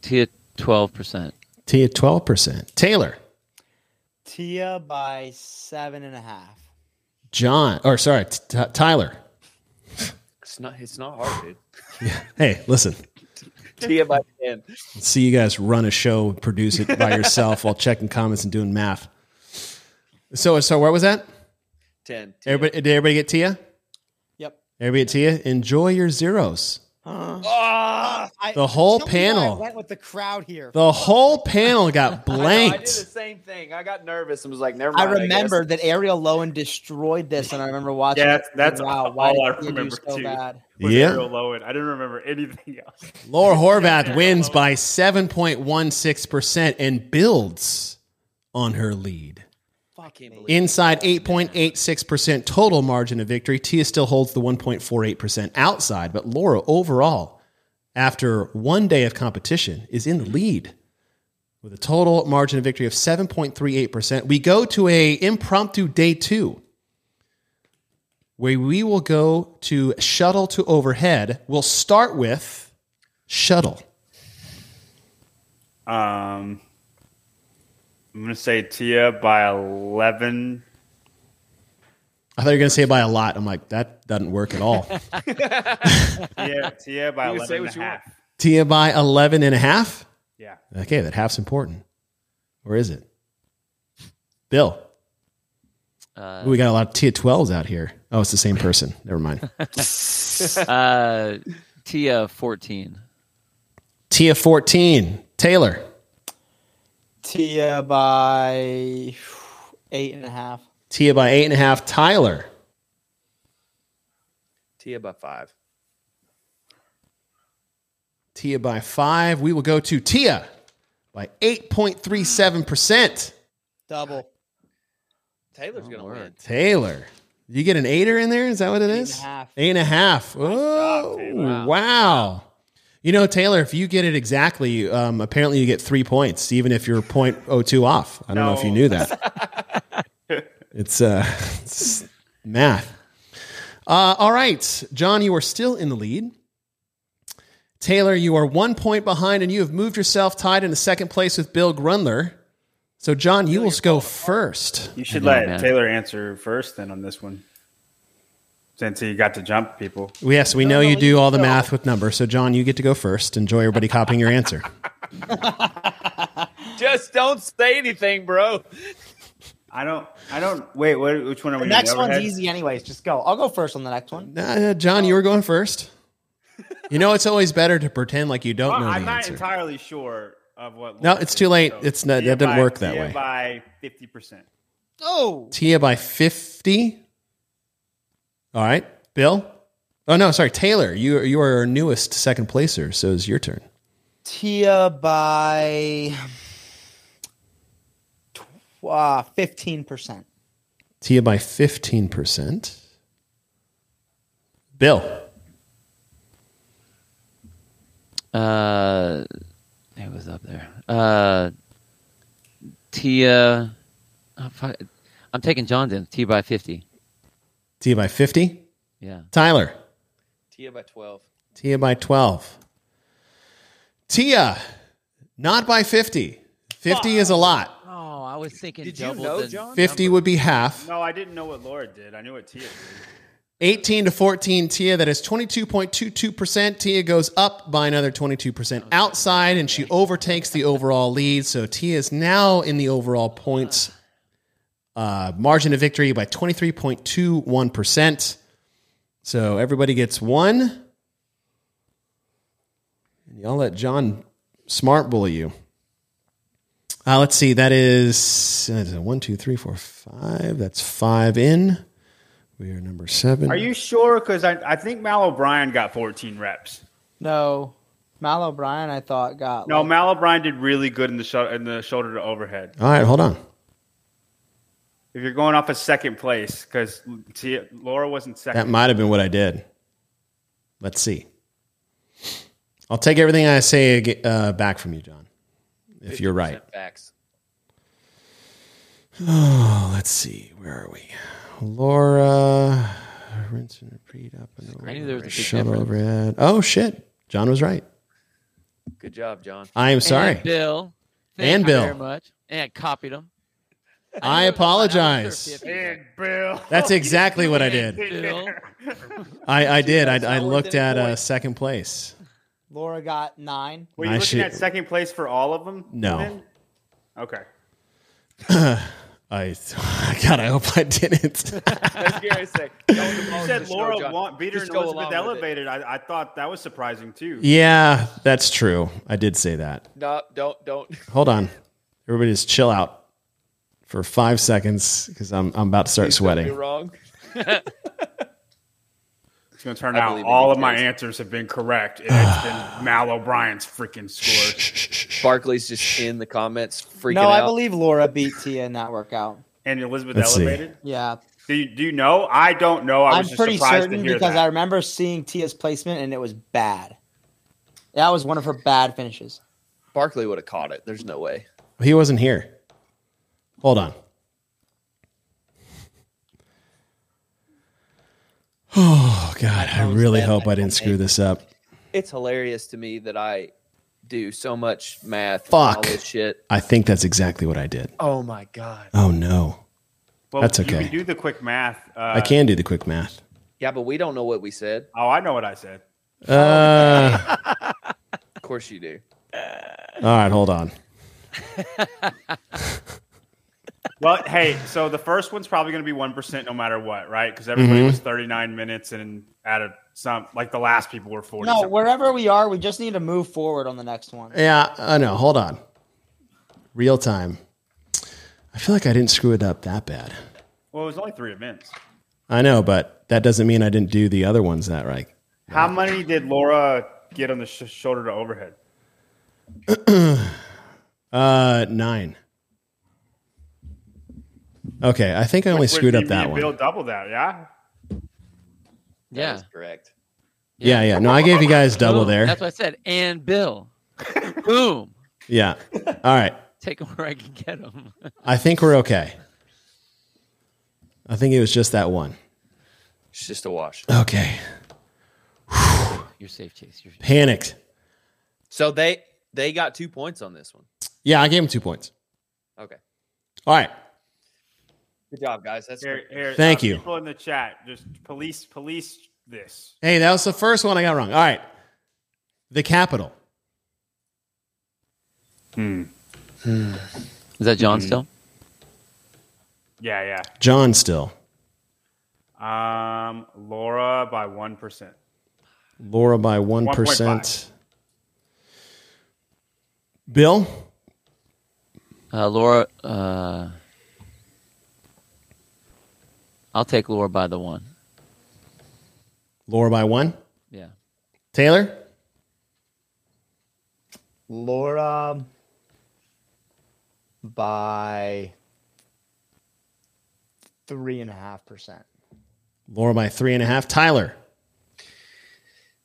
Tia, twelve percent. Tia 12%. Taylor. Tia by seven and a half. John. Or sorry, T- T- Tyler. It's not. It's not hard, dude. [laughs] Hey, listen. Tia by ten. see you guys run a show, produce it [laughs] by yourself while checking comments and doing math. So, so where was that? Ten. Everybody, did everybody get Tia? Yep. Everybody get Tia. Enjoy your zeros. I- The whole tell me why panel. I went with the crowd here. The whole panel got [laughs] I did the blanked. same thing. I got nervous and was like, "Never I mind." guess. remember that Ariel Lowen destroyed this, and I remember watching. Yeah, it that's- that's thinking, wow, all why I did Tia do remember, so too. bad? Was Yeah. Ariel Lowen. I didn't remember anything [laughs] else. Laura Horvath wins by 7.16% and builds on her lead. Inside 8.86% total margin of victory. Tia still holds the 1.48% outside, but Laura overall, after one day of competition, is in the lead with a total margin of victory of 7.38%. We go to a impromptu day two where we will go to shuttle to overhead. We'll start with shuttle. Um, I'm gonna say Tia by eleven. I thought you were going to say by a lot. I'm like, that doesn't work at all. [laughs] Tia, Tia by You can eleven say and what a you half. Tia by 11 and a half? Yeah. Okay, that half's important. Or is it? Bill. Uh, Ooh, we got a lot of Tia 12s out here. Oh, it's the same person. [laughs] Never mind. uh, Tia, fourteen. Tia 14. Taylor. Tia by eight and a half. Tia by 8.5. Tyler. Tia by five. Tia by 5. We will go to Tia by 8.37%. Double. Taylor's gonna win. Taylor. You get an eighter in there? Is that what it is? Eight and a half. Oh, wow. You know, Taylor, if you get it exactly, um, apparently you get three points, even if you're 0.02 off. I don't know if you knew that. [laughs] it's, uh, it's math. Uh, all right. John, you are still in the lead. Taylor, you are one point behind, and you have moved yourself tied into second place with Bill Grunler. So, John, you will go first. You should let Taylor answer first, then on this one, since he got to jump people. Yes, we know you do all the math with numbers. So, John, you get to go first. Enjoy everybody copying your [laughs] answer. Just don't say anything, bro. I don't. I don't. Wait, what, which one are The we? next doing? one's Overhead? easy, anyways. Just go. I'll go first on the next one. Uh, John, you were going first. You know, it's always better to pretend like you don't Well, know I'm the not answer. entirely sure of what. No, it's too late. It's not, that didn't work that way. By fifty percent. Oh, Tia by 50. All right. Bill? Oh, no, sorry. Taylor, you, you are our newest second placer, so it's your turn. Tia by uh, fifteen percent. Tia by 15%. Bill? Uh, it was up there. Uh, Tia, oh, fuck. I'm taking John then. T by fifty. Tia by 50? Yeah. Tyler? Tia by twelve. Tia by 12. Tia, not by 50. 50 is a lot. Oh, I was thinking. Did you double know, the John? 50 would be half. No, I didn't know what Laura did. I knew what Tia did. 18 to 14 Tia, that is 22.22%. Tia goes up by another 22% outside, and she overtakes the overall lead. So Tia is now in the overall points uh, margin of victory by 23.21%. So everybody gets one. And y'all let John smart bully you. Uh, let's see. That is uh, one, two, three, four, five. That's five in. We are number seven. Are you sure? Because I, I think Mal O'Brien got 14 reps. No, Mal O'Brien. I thought got No, like- Mal O'Brien did really good in the sho- in the shoulder to overhead. All right, hold on. If you're going off a second place, because Laura wasn't second. That might have been what I did. Let's see. I'll take everything I say ag- uh, back from you, John, if you're right. Facts. Oh, let's see. Where are we? Laura, rinse and repeat up and over. I knew there was a big shuttle difference. overhead. Oh shit! John was right. Good job, John. I am sorry. And Bill. Thank And you Bill. very much. And I copied him. I [laughs] apologize. Oh, And Bill. That's exactly what I did. Bill. I, I did. I, I looked at uh, second place. Laura got nine. Were you I looking should- at second place for all of them? No. then? Okay. I [laughs] God, I hope I didn't. [laughs] That's Gary say. You said Just go, Laura John. won, beat her in Just go along Elizabeth with it. Elevated. I, I thought that was surprising too. yeah, that's true. I did say that. No, don't, don't. Hold on. Everybody just chill out for five seconds because I'm, I'm about to start You're sweating. wrong. It's going to turn I out believe in all you, of my Jason. answers have been correct. [sighs] And it's been Mal O'Brien's freaking score. Barkley's just in the comments freaking no, out. I believe Laura beat Tia in that workout. And Elizabeth Let's see. Elevated? Yeah, Do you, do you know? I don't know. I I'm was just pretty surprised certain to hear because I that. remember seeing Tia's placement and it was bad. That was one of her bad finishes. Barkley would have caught it. There's no way. He wasn't here. Hold on. [sighs] Oh, God. I really hope I didn't screw this up. It's hilarious to me that I do so much math. and all Fuck. this shit. I think that's exactly what I did. Oh my god. Oh, no. Well, That's You okay. can do the quick math. Uh, I can do the quick math. Yeah, but we don't know what we said. Oh, I know what I said. Uh, Of course you do. all right, hold on. Well, hey, so the first one's probably going to be one percent no matter what, right? Because everybody Mhm. was thirty nine minutes, and out of some, like the last people were forty. No, wherever we are, we just need to move forward on the next one. Yeah, I know. Hold on. Real time. I feel like I didn't screw it up that bad. Well, it was only three events. I know, but that doesn't mean I didn't do the other ones that right. How many did Laura get on the sh- shoulder to overhead? Uh, nine. Okay, I think I only Which would screwed up be that me and one. Bill double that, yeah. Yeah. correct. Yeah, yeah. No, I gave you guys double Boom. there. Oh, That's what I said. And Bill. [laughs] Boom. Yeah. All right. Take him where I can get him. I think we're okay. I think it was just that one. It's just a wash. Okay. [laughs] You're safe, Chase. You're Panicked. So they they got two points on this one. Yeah, I gave him two points. Okay. All right. Good job, guys. That's here, here, uh, Thank you. People in the chat, just police, police this. Hey, that was the first one I got wrong. All right. The capital. Hmm. Is that Mm-hmm. John still? Yeah, yeah. John still. Um, Laura by one percent. Laura by 1%. Bill? Uh, Laura, uh, I'll take Laura by the one. Laura by 1? Yeah. Taylor? Laura by three and a half percent. Laura by 3.5. Tyler?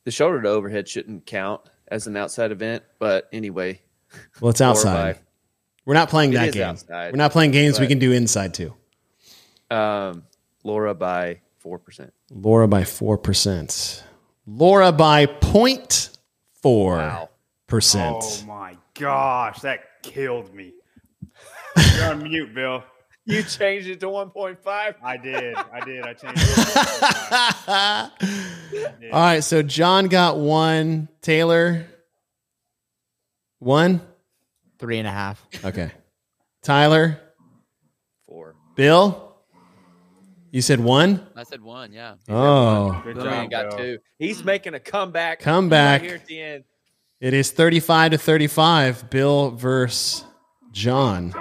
The shoulder to overhead shouldn't count as an outside event, but anyway, Well, it's Laura outside. We're not playing It that is game. outside, We're not playing games we but- can do inside too. by um, Laura by four percent. Laura by 4%. Laura by 0.4%. Oh my gosh, that killed me. You're on mute, Bill. You changed it to one point five. I did. I did. I changed it. I did. All right, so John got one. Taylor, one. Three and a half. Okay. Tyler, four. Bill, you said one. I said one, yeah. Oh, Good job, got two. He's Hmm. making a comeback. Comeback. Right here at the end. it is thirty-five to thirty-five. Bill versus John.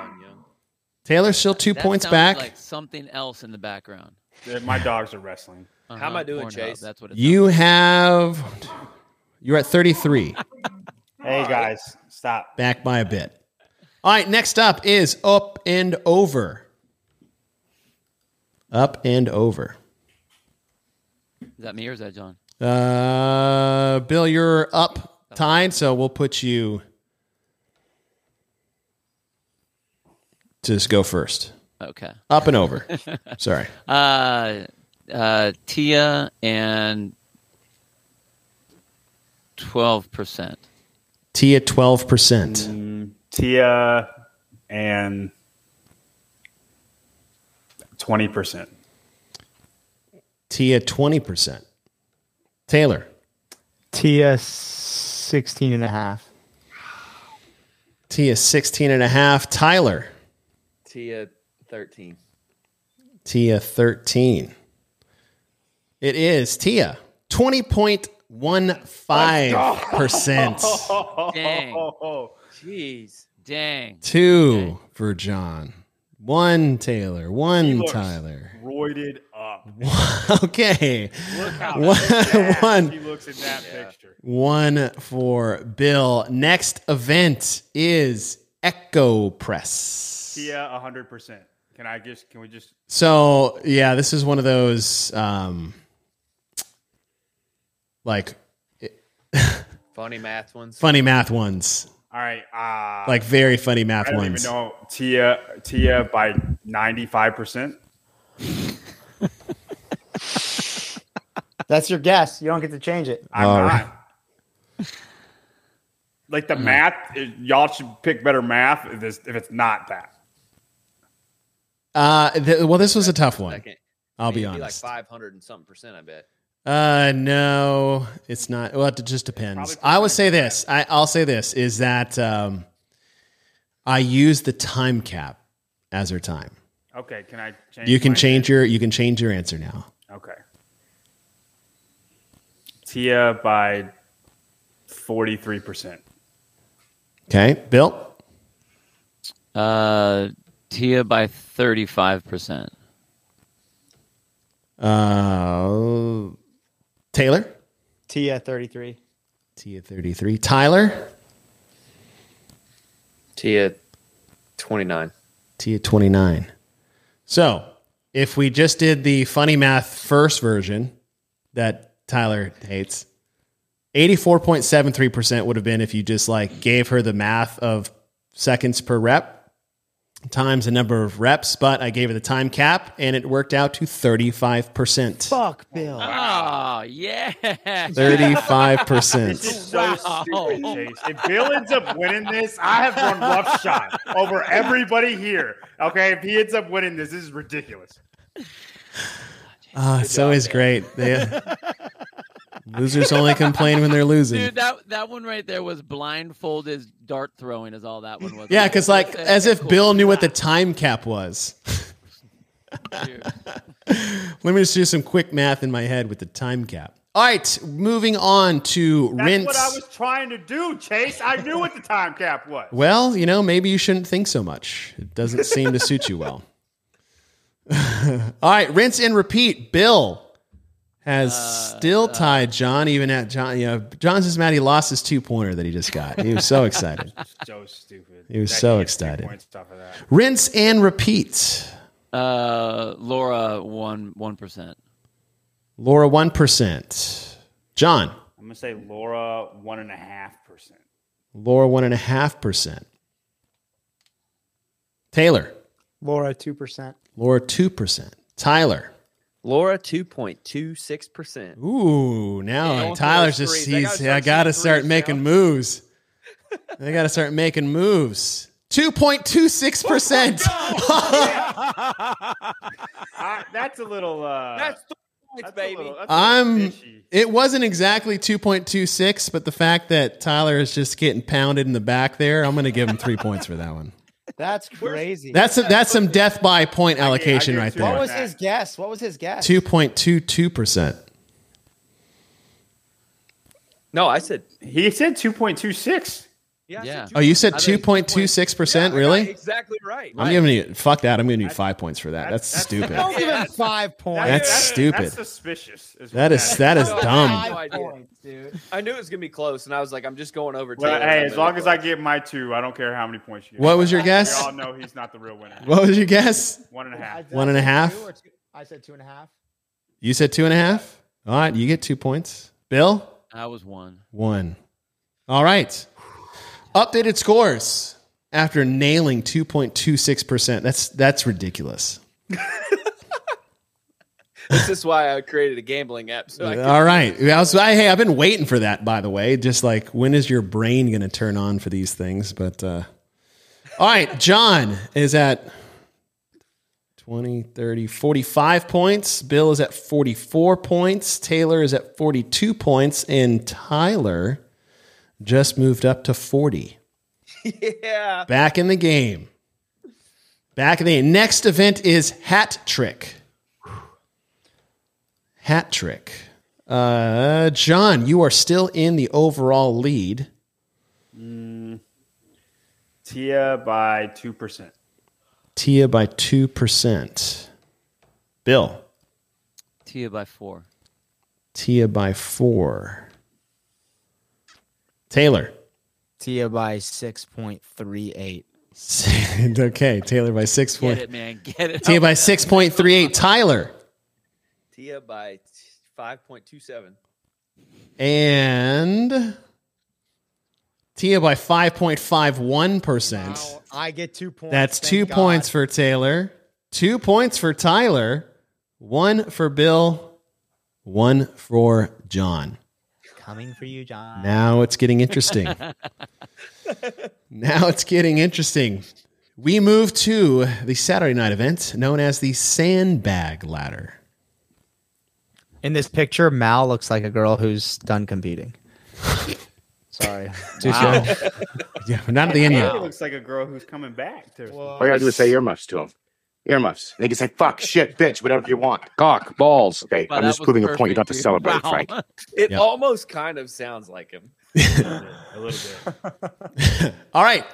Taylor's still two That points sounds back. Like something else in the background. My dogs are wrestling. How am I doing, Chase? That's what. It, you have. You're at thirty-three. Hey guys, stop. back by a bit. All right, next up is up and over. Up and over. is that me or is that John? Uh, Bill, you're up tied, so we'll put you. Just go first. Okay. Up and over. Sorry. Uh, uh, Tia and twelve percent. Tia, 12%. Tia and twenty percent. Tia, 20%. Taylor, Tia 16 and a half. Tia, 16 and a half. Tyler, Tia thirteen. Tia 13. It is Tia 20.15%. Dang. Jeez. Dang. Two for John, one Taylor, one looks- Tyler. [laughs] Roided up. Okay. Look how One- badass one- he looks in that picture. One for Bill. Next event is Echo Press. Tia hundred percent. Can I just? Can we just? So yeah, this is one of those um like Funny math ones. funny math ones. All right. Uh, Like very funny math I don't ones. even know Tia. Tia by ninety five percent. That's your guess. You don't get to change it. I'm All not. Hmm. right. [laughs] Like the math, is- y'all should pick better math if it's, if it's not that. Uh, th- well, this was a tough one. I'll be Be like honest. five hundred and something percent. I bet. Uh, no, it's not. Well, it just depends. I would say this. I, I'll say this is that um, I use the time cap as her time. Okay, can I change? You can my- change your you can change your answer now. Okay. Tia by forty three percent. Okay, Bill. Uh, Tia by thirty-five percent. Uh, Taylor. Tia 33. Tia thirty three. Tyler. Tia twenty nine. Tia twenty nine. So if we just did the funny math first version that Tyler hates, eighty four point seven three percent would have been if you just like gave her the math of seconds per rep. times the number of reps, but I gave it the time cap and it worked out to 35%. Fuck, Bill. Oh, [laughs] yeah. 35%. This [laughs] is so stupid, Chase. If Bill ends up winning this, I have run roughshod over everybody here. Okay, if he ends up winning this, this is ridiculous. Ah, it's always great. They, losers only complain when they're losing. Dude, that that one right there was blindfolded dart throwing is all that one was. yeah, because like as if Bill knew what the time cap was. Let me just do some quick math in my head with the time cap. All right, moving on to That's rinse. what I was trying to do, Chase. I knew what the time cap was. Well, you know, maybe you shouldn't think so much. It doesn't seem to suit you well. [laughs] All right, rinse and repeat. Bill has still tied John, even at John. You know, John says Matt he lost his two pointer that he just got. He was so excited. so stupid. He was That so kid's two excited. points off of that. Rinse and repeat. Uh, Laura, one one percent. Laura, 1%. John, I'm gonna say Laura one and a half percent. Laura, 1.5%. Taylor, Laura, 2%. Laura, 2%. Tyler. Laura, 2.26%. Ooh, now Yeah, Tyler's those just threes. sees. I gotta I start gotta seeing start threes making moves. I gotta start making moves. Two point two six percent. Oh I, that's a little. Uh, that's points, baby. I'm. It wasn't exactly two point two six, but the fact that Tyler is just getting pounded in the back there, I'm gonna give him three points for that one. That's crazy. That's that's some death by point allocation right What was there. his guess? What was his guess? Two point two two percent. No, I said he said two point two six. Yeah. Oh, you said two point two six percent. Really? Exactly right. I'm giving you fuck that. I'm giving you five points for that. That's stupid. Don't give him five points. That's stupid. suspicious. what That is that is No, I had no dumb. idea. I knew it was gonna be close, and I was like, I'm just going over. Well, Taylor's. hey, I'm as really long as close. I get my two, I don't care how many points you get. What was your guess? We all know he's not the real winner. What was your guess? One and a half. One and a half. I said two and a half. You said two and a half. All right, you get two points. Bill, I was one. one. All right. Updated scores after nailing two point two six percent. That's that's ridiculous. This is why I created a gambling app. So I could- All right. I was, I, hey, I've been waiting for that, by the way. Just like, when is your brain going to turn on for these things? But, uh, all right. John is at 20, 30, 45 points. Bill is at 44 points. Taylor is at 42 points. And Tyler just moved up to 40. yeah. Back in the game. Back in the next event is hat trick. Hat trick. Uh, John, you are still in the overall lead. Mm, Tia by two percent. Tia by two percent. Bill, Tia by four. Tia by four. Taylor, [laughs] Tia by 6.38. okay. Taylor by six point. Get it, man. Get it. Tia by six point three eight. Tyler Tia by five point two seven. and Tia by five point five one percent. I get two points. That's thank two God. points for Taylor, two points for Tyler, one for Bill, one for John. Coming for you, John. Now it's getting interesting. now it's getting interesting. We move to the Saturday night event known as the Sandbag Ladder. In this picture, Mal looks like a girl who's done competing. [laughs] Sorry. Too Wow. soon. Yeah, we're not at the end yet. It looks like a girl who's coming back. To All you gotta do is say earmuffs to him. Earmuffs. They can say fuck, shit, bitch, whatever you want. Cock, balls. Okay, Wow, I'm that just was proving a point. You don't have to perfect, dude. celebrate, Wow. Frank. It Yep. almost kind of sounds like him. a [laughs] little bit. All right.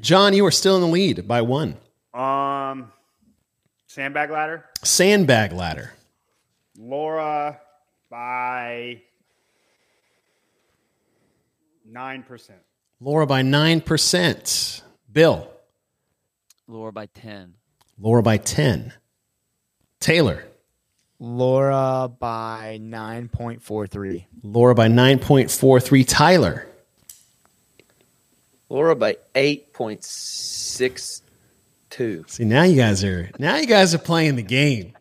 John, you are still in the lead by one. Um, sandbag ladder. Sandbag Ladder. Laura by nine percent. Laura by 9%. Bill, Laura by ten. Laura by 10. Taylor, Laura by 9.43. Laura by 9.43. Tyler, Laura by eight point six two. See, now you guys are now you guys are playing the game.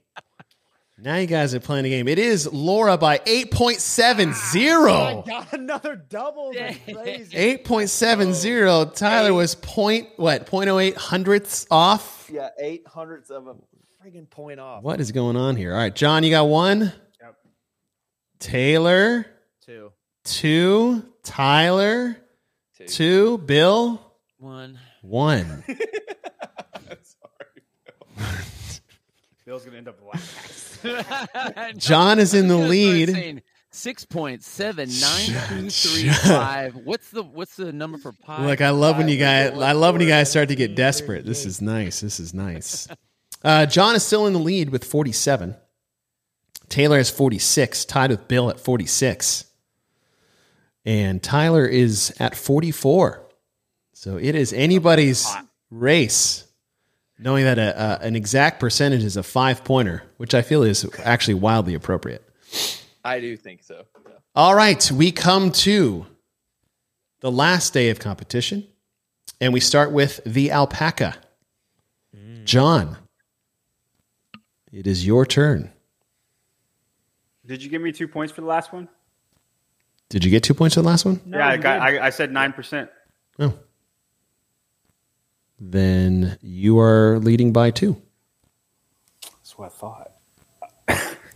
Now you guys are playing the game. It is Laura by eight point seven zero. got another double. That's crazy. Eight point seven zero. Tyler was point what point oh eight hundredths off. Yeah, eight hundredths of a friggin' point off. What is going on here? All right, John, you got one. Taylor Two. two. Tyler two. Bill One. one. Bill's gonna end up last. John is in the lead. Six point seven nine two three five. What's the what's the number for pi? Look, I love when you guys. I love when you guys start to get desperate. This is nice. This is nice. Uh, John is still in the lead with 47. Taylor has 46, tied with Bill at 46, and Tyler is at 44. So it is anybody's race. Knowing that a, a, an exact percentage is a five pointer, which I feel is actually wildly appropriate. I do think so. All right, we come to the last day of competition, and we start with the alpaca. John, it is your turn. Did you give me two points for the last one? Did you get two points for the last one? yeah, I, got, I, I said nine percent. Then you are leading by two. That's what I thought.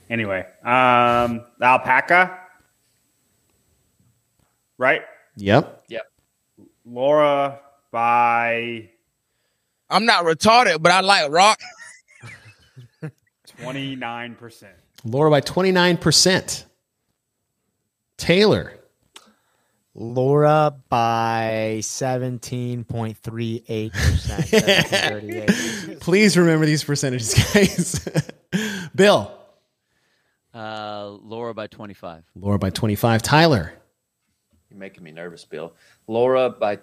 anyway, um, alpaca, right? Yep. Yep. Laura by I'm not retarded, but I like rock. twenty nine percent. Laura by 29%. Taylor, Laura by seventeen point three eight [laughs] percent. please remember these percentages, [laughs] guys. Bill, Uh, Laura by twenty five. Laura by 25. Tyler, You're making me nervous, Bill. Laura by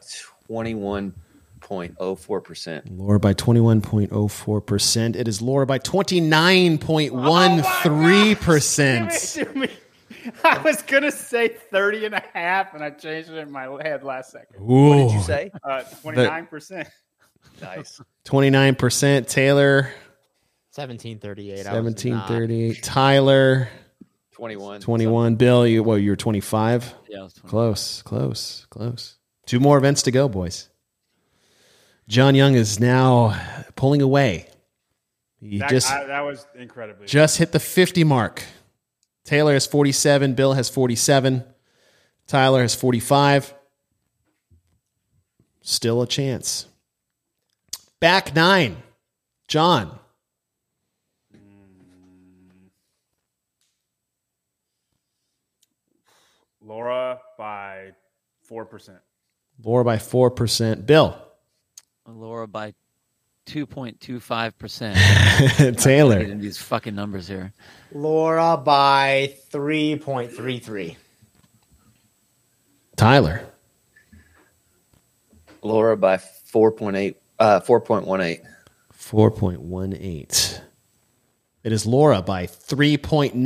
twenty one point oh four percent. Laura by 21.04%. It is Laura by 29.13%. [laughs] I was gonna say 30 and a half, and I changed it in my head last second. What did you Ooh. say? Twenty nine percent. [laughs] Nice. 29%. Taylor, Seventeen thirty eight. 1738. Tyler, 21. 21. Bill, you, well, you were 25. Yeah, I was Close, close, close. Two more events to go, boys. John Young is now pulling away. He That, just I- that was incredibly. just hit the 50 mark. Taylor has 47. Bill has 47. Tyler has 45. Still a chance. Back nine. John. Laura by four percent. Laura by 4%. Bill. Laura by two point two five percent. [laughs] Taylor. These fucking numbers here. Laura by three point three three. Tyler. Laura by four point eight. Uh, four point one eight. 4.18. It is Laura by 3.90.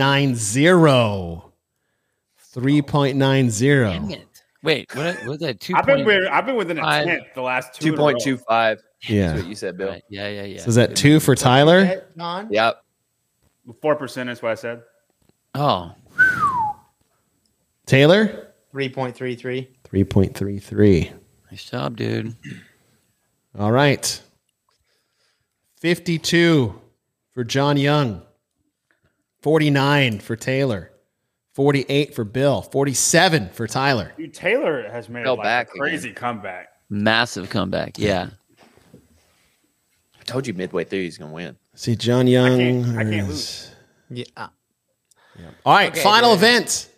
3.90. Wait, what? What was that? Two. I've been point- with, I've been within a five- tenth the last two. Two point two five. Yeah. That's what you said, Bill. Yeah, yeah, yeah. So is that two for Eh, Tyler? John. Yep. Four percent is what I said. Oh. Taylor? Three point three three. 3.33. Nice job, dude. All right. 52 for John Young. 49 for Taylor. 48 for Bill. 47 for Tyler. Dude, Taylor has made Fell like, back a crazy comeback. Massive comeback. Yeah. I told you midway through he's gonna win. See, John Young. I can't is- lose. Yeah. All right, Okay, final dude. event.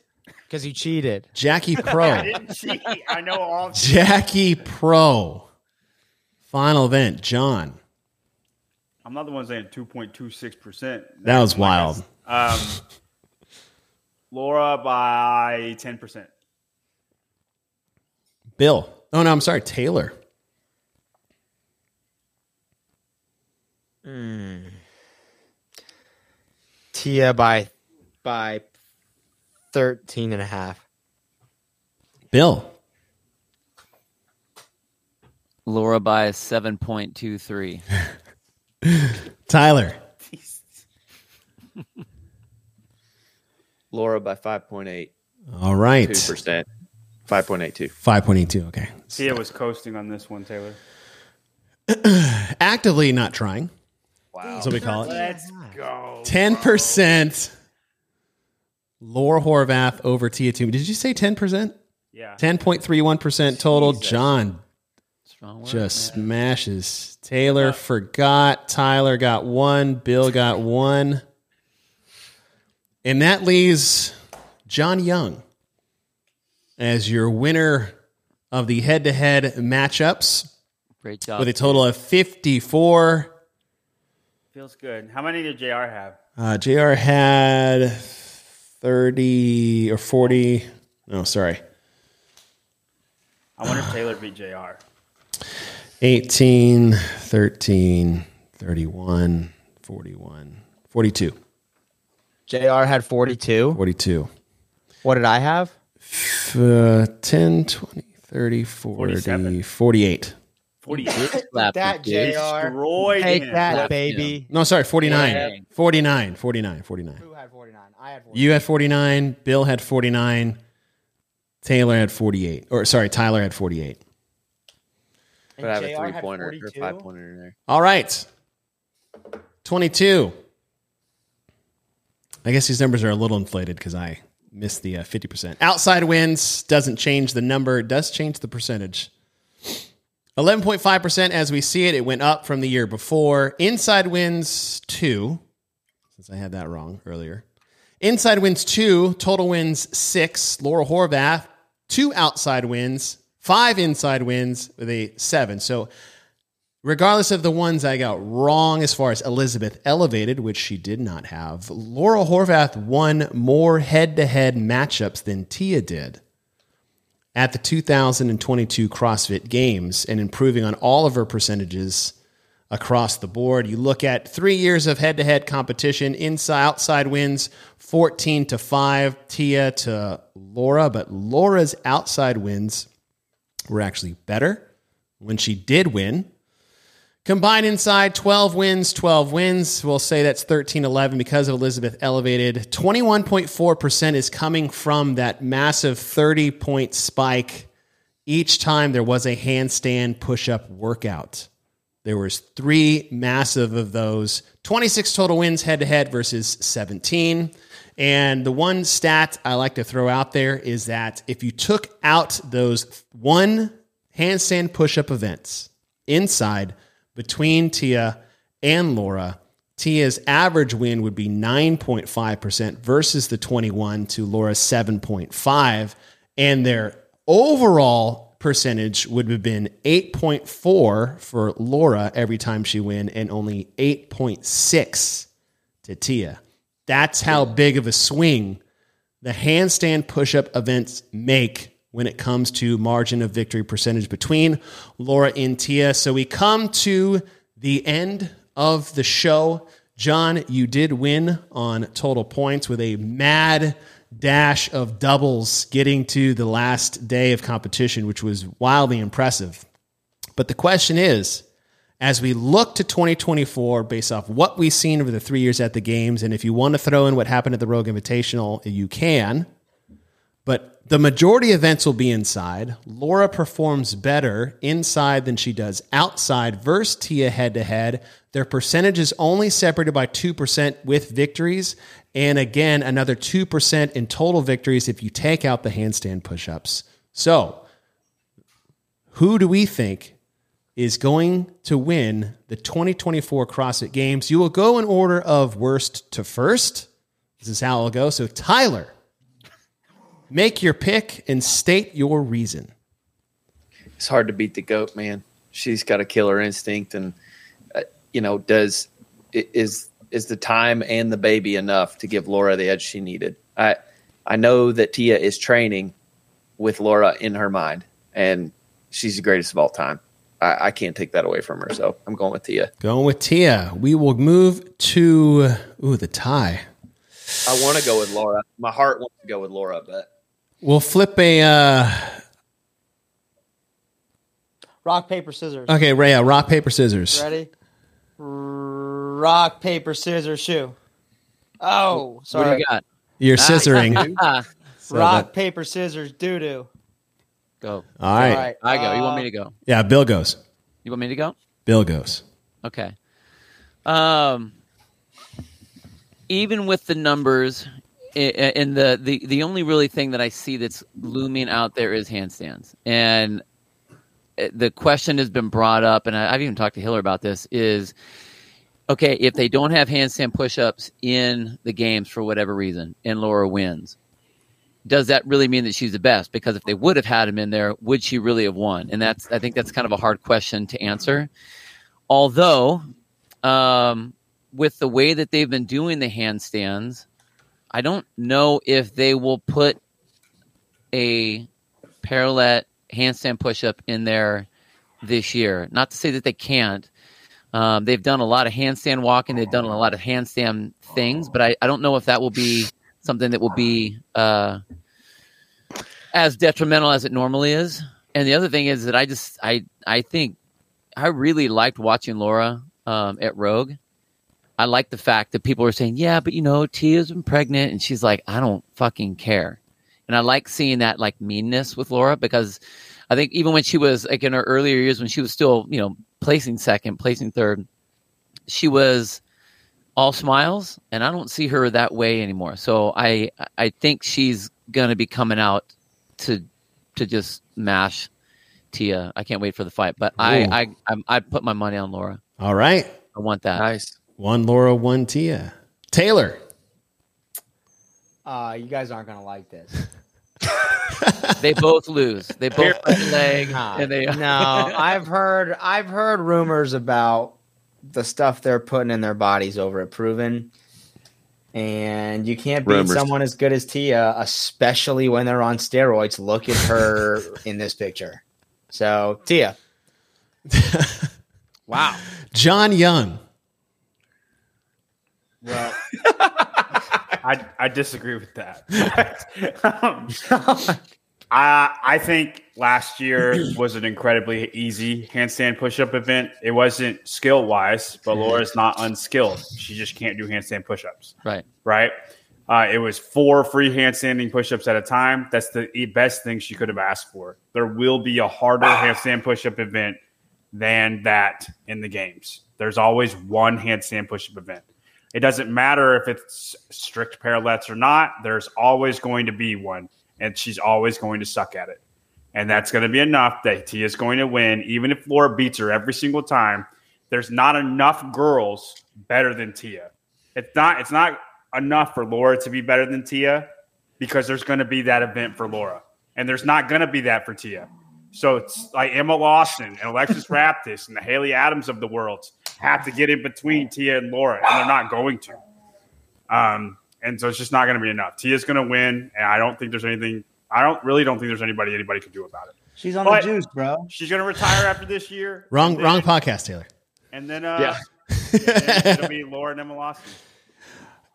Because you cheated. [laughs] Jackie Pro. I didn't cheat. I know all. Jackie Pro. Final event, John. I'm not the one saying two point two six percent. That was wild. Um, Laura by ten percent. Bill. Oh no, I'm sorry, Taylor. Tia by by 13 and a half. Bill. Laura by seven point two three. Tyler. Laura by 5.8. All right. [laughs] 2%. 5.82. 5.82. Okay. Tia was coasting on this one, Taylor. Actively not trying. Wow. That's what we call it. Let's go. 10%. Laura Horvath over Tia Toomey. Did you say 10%? Yeah. 10.31% total. John just smashes. Taylor forgot. Tyler got one. Bill got one. And that leaves John Young as your winner of the head to head matchups Great job. with a total of 54. Feels good. How many did JR have? Uh, JR had 30 or 40. No, sorry. I wonder [gasps] if Taylor beat JR. 18, 13, 31, 41, 42. JR had 42. 42. What did I have? F- Uh, 10, 20, 30, 40, 48. 48. that, dude. JR. Destroyed Take him. that, Slapped baby. No, sorry, 49. Dang. 49, 49, 49. Who had 49? I had 49. You had 49. Bill had 49. Taylor had 48. Or, sorry, Tyler had 48. But I have a JR had three pointer or 42? five pointer in there. All right. 22. I guess these numbers are a little inflated because I missed the uh, 50%. Outside wins doesn't change the number, it does change the percentage. 11.5% as we see it. It went up from the year before. Inside wins, two, since I had that wrong earlier. Inside wins, two. Total wins, six. Laura Horvath, two outside wins, five inside wins with a seven. So Regardless of the ones I got wrong as far as Elizabeth elevated, which she did not have, Laura Horvath won more head to head matchups than Tia did at the 2022 CrossFit Games and improving on all of her percentages across the board. You look at three years of head to head competition, inside outside wins 14 to 5, Tia to Laura, but Laura's outside wins were actually better when she did win. Combined inside, 12 wins, 12 wins. We'll say that's 13 11 because of Elizabeth elevated. 21.4% is coming from that massive 30 point spike each time there was a handstand push up workout. There was three massive of those. 26 total wins head to head versus 17. And the one stat I like to throw out there is that if you took out those one handstand push up events inside between Tia and Laura, Tia's average win would be 9.5% versus the 21 to Laura's 7.5. And their overall percentage would have been 8.4 for Laura every time she win and only 8.6 to Tia. That's how big of a swing the handstand push-up events make when it comes to margin of victory percentage between Laura and Tia. So we come to the end of the show. John, you did win on total points with a mad dash of doubles getting to the last day of competition, which was wildly impressive. But the question is, as we look to 2024, based off what we've seen over the three years at the games, and if you want to throw in what happened at the Rogue Invitational, you can. But the majority of events will be inside. Laura performs better inside than she does outside versus Tia head to head. Their percentage is only separated by 2% with victories. And again, another 2% in total victories if you take out the handstand push ups. So, who do we think is going to win the 2024 CrossFit Games? You will go in order of worst to first. This is how it'll go. So, Tyler. Make your pick and state your reason. It's hard to beat the goat, man. She's got a killer instinct, and uh, you know, does i- is is the time and the baby enough to give Laura the edge she needed? I I know that Tia is training with Laura in her mind, and she's the greatest of all time. I, I can't take that away from her, so I'm going with Tia. Going with Tia. We will move to ooh the tie. I want to go with Laura. My heart wants to go with Laura, but We'll flip a uh, Rock, paper, scissors. Okay, Rhea, rock, paper, scissors. Ready? R- Rock, paper, scissors, shoe. Oh, sorry. What do you got? You're scissoring. So Rock, that- paper, scissors, doo doo. Go. All right. All right. I go. You want me to Uh, go? Yeah, Bill goes. You want me to go? Bill goes. Okay. Um, even with the numbers, i- i- and the, the the only really thing that I see that's looming out there is handstands, and uh, the question has been brought up, and I, I've even talked to Hiller about this. Is okay if they don't have handstand push-ups in the games for whatever reason, and Laura wins. Does that really mean that she's the best? Because if they would have had him in there, would she really have won? And that's I think that's kind of a hard question to answer although um, with the way that they've been doing the handstands i don't know if they will put a parallel handstand push-up in there this year not to say that they can't um, they've done a lot of handstand walking they've done a lot of handstand things but i, I don't know if that will be something that will be uh, as detrimental as it normally is. And the other thing is that I just I I think I really liked watching Laura um, at Rogue. I like the fact that people were saying, "Yeah, but you know, Tia's been pregnant," and she's like, "I don't fucking care." And I like seeing that like meanness with Laura because I think even when she was like in her earlier years when she was still you know placing second, placing third, she was all smiles and i don't see her that way anymore so i i think she's gonna be coming out to to just mash tia i can't wait for the fight but i Ooh. i I'm, i put my money on laura All right. i want that nice One Laura, one Tia. Taylor. Uh, you guys aren't gonna like [laughs] this. they both lose they both leg and they no, I've heard I've heard rumors about the stuff they're putting in their bodies over at Proven. And you can't beat Rumors. someone as good as Tia, especially when they're on steroids. Look at [laughs] her in this picture. So Tia. wow. John Young. Well, I I disagree with that. [laughs] Um, I I think last [clears throat] year was an incredibly easy handstand push-up event. It wasn't skill wise, but Laura's not unskilled. She just can't do handstand push-ups. [laughs] right Right. Uh, it was four free handstanding push-ups at a time. That's the e- best thing she could have asked for. There will be a harder handstand push-up event than that in the games. There's always one handstand push-up event. It doesn't matter if it's strict parallettes or not. There's always going to be one, and she's always going to suck at it. And that's going to be enough that Tia's going to win, even if Laura beats her every single time. There's not enough girls better than Tia. It's not. It's not enough for Laura to be better than Tia because there's going to be that event for Laura, and there's not going to be that for Tia. So it's like Emma Lawson and Alexis Raptis and the Haley Adams of the world have to get in between Tia and Laura, and they're not going to. Um, and so it's just not going to be enough. Tia's going to win, and I don't think there's anything. I don't really don't think there's anybody anybody can do about it. She's on But- the juice, bro. She's going to retire after this year. Wrong, and wrong then- podcast, Taylor. And then, uh, and then it'll be Laura and Emma Lawson.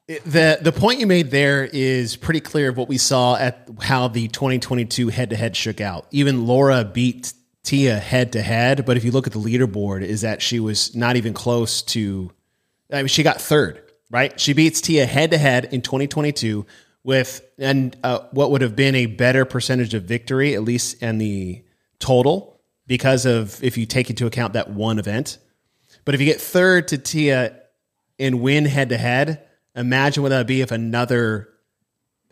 The the point you made there is pretty clear of what we saw at how the 2022 head to head shook out. Even Laura beat Tia head to head, but if you look at the leaderboard, is that she was not even close to. I mean, she got third, right? She beats Tia head to head in 2022 with and uh, what would have been a better percentage of victory, at least in the total, because of if you take into account that one event. But if you get third to Tia and win head to head, imagine what that would be if another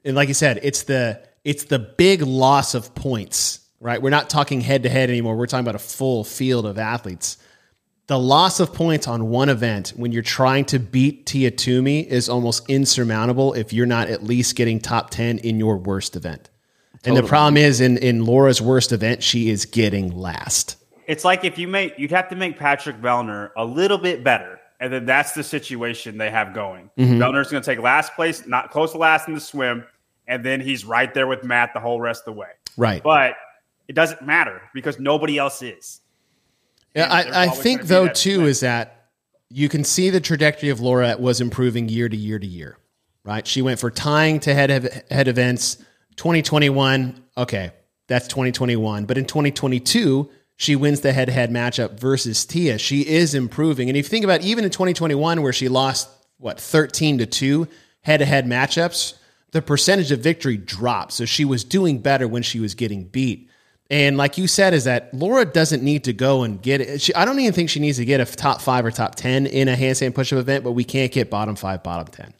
and like you said, it's the it's the big loss of points, right? We're not talking head to head anymore. We're talking about a full field of athletes. The loss of points on one event when you're trying to beat Tia Toomey is almost insurmountable if you're not at least getting top 10 in your worst event. And the Totally. problem is in in Laura's worst event, she is getting last. It's like if you make you'd have to make Patrick Vellner a little bit better, and then that's the situation they have going. Mhm. Vellner's going to take last place, not close to last in the swim, and then he's right there with Matt the whole rest of the way. Right. But it doesn't matter because nobody else is. Yeah, there's I, I always think gonna be though that too is that you can see the trajectory of Laura was improving year to year to year, right? She went for tying to head ev- head events 2021. Okay, that's 2021, but in 2022 she wins the head to head matchup versus Tia. She is improving. And if you think about even in 2021, where she lost, what, 13 to 2 head to head matchups, the percentage of victory dropped. So she was doing better when she was getting beat. And like you said, is that Laura doesn't need to go and get it. She, I don't even think she needs to get a top five or top 10 in a handstand pushup event, but we can't get bottom five, bottom 10.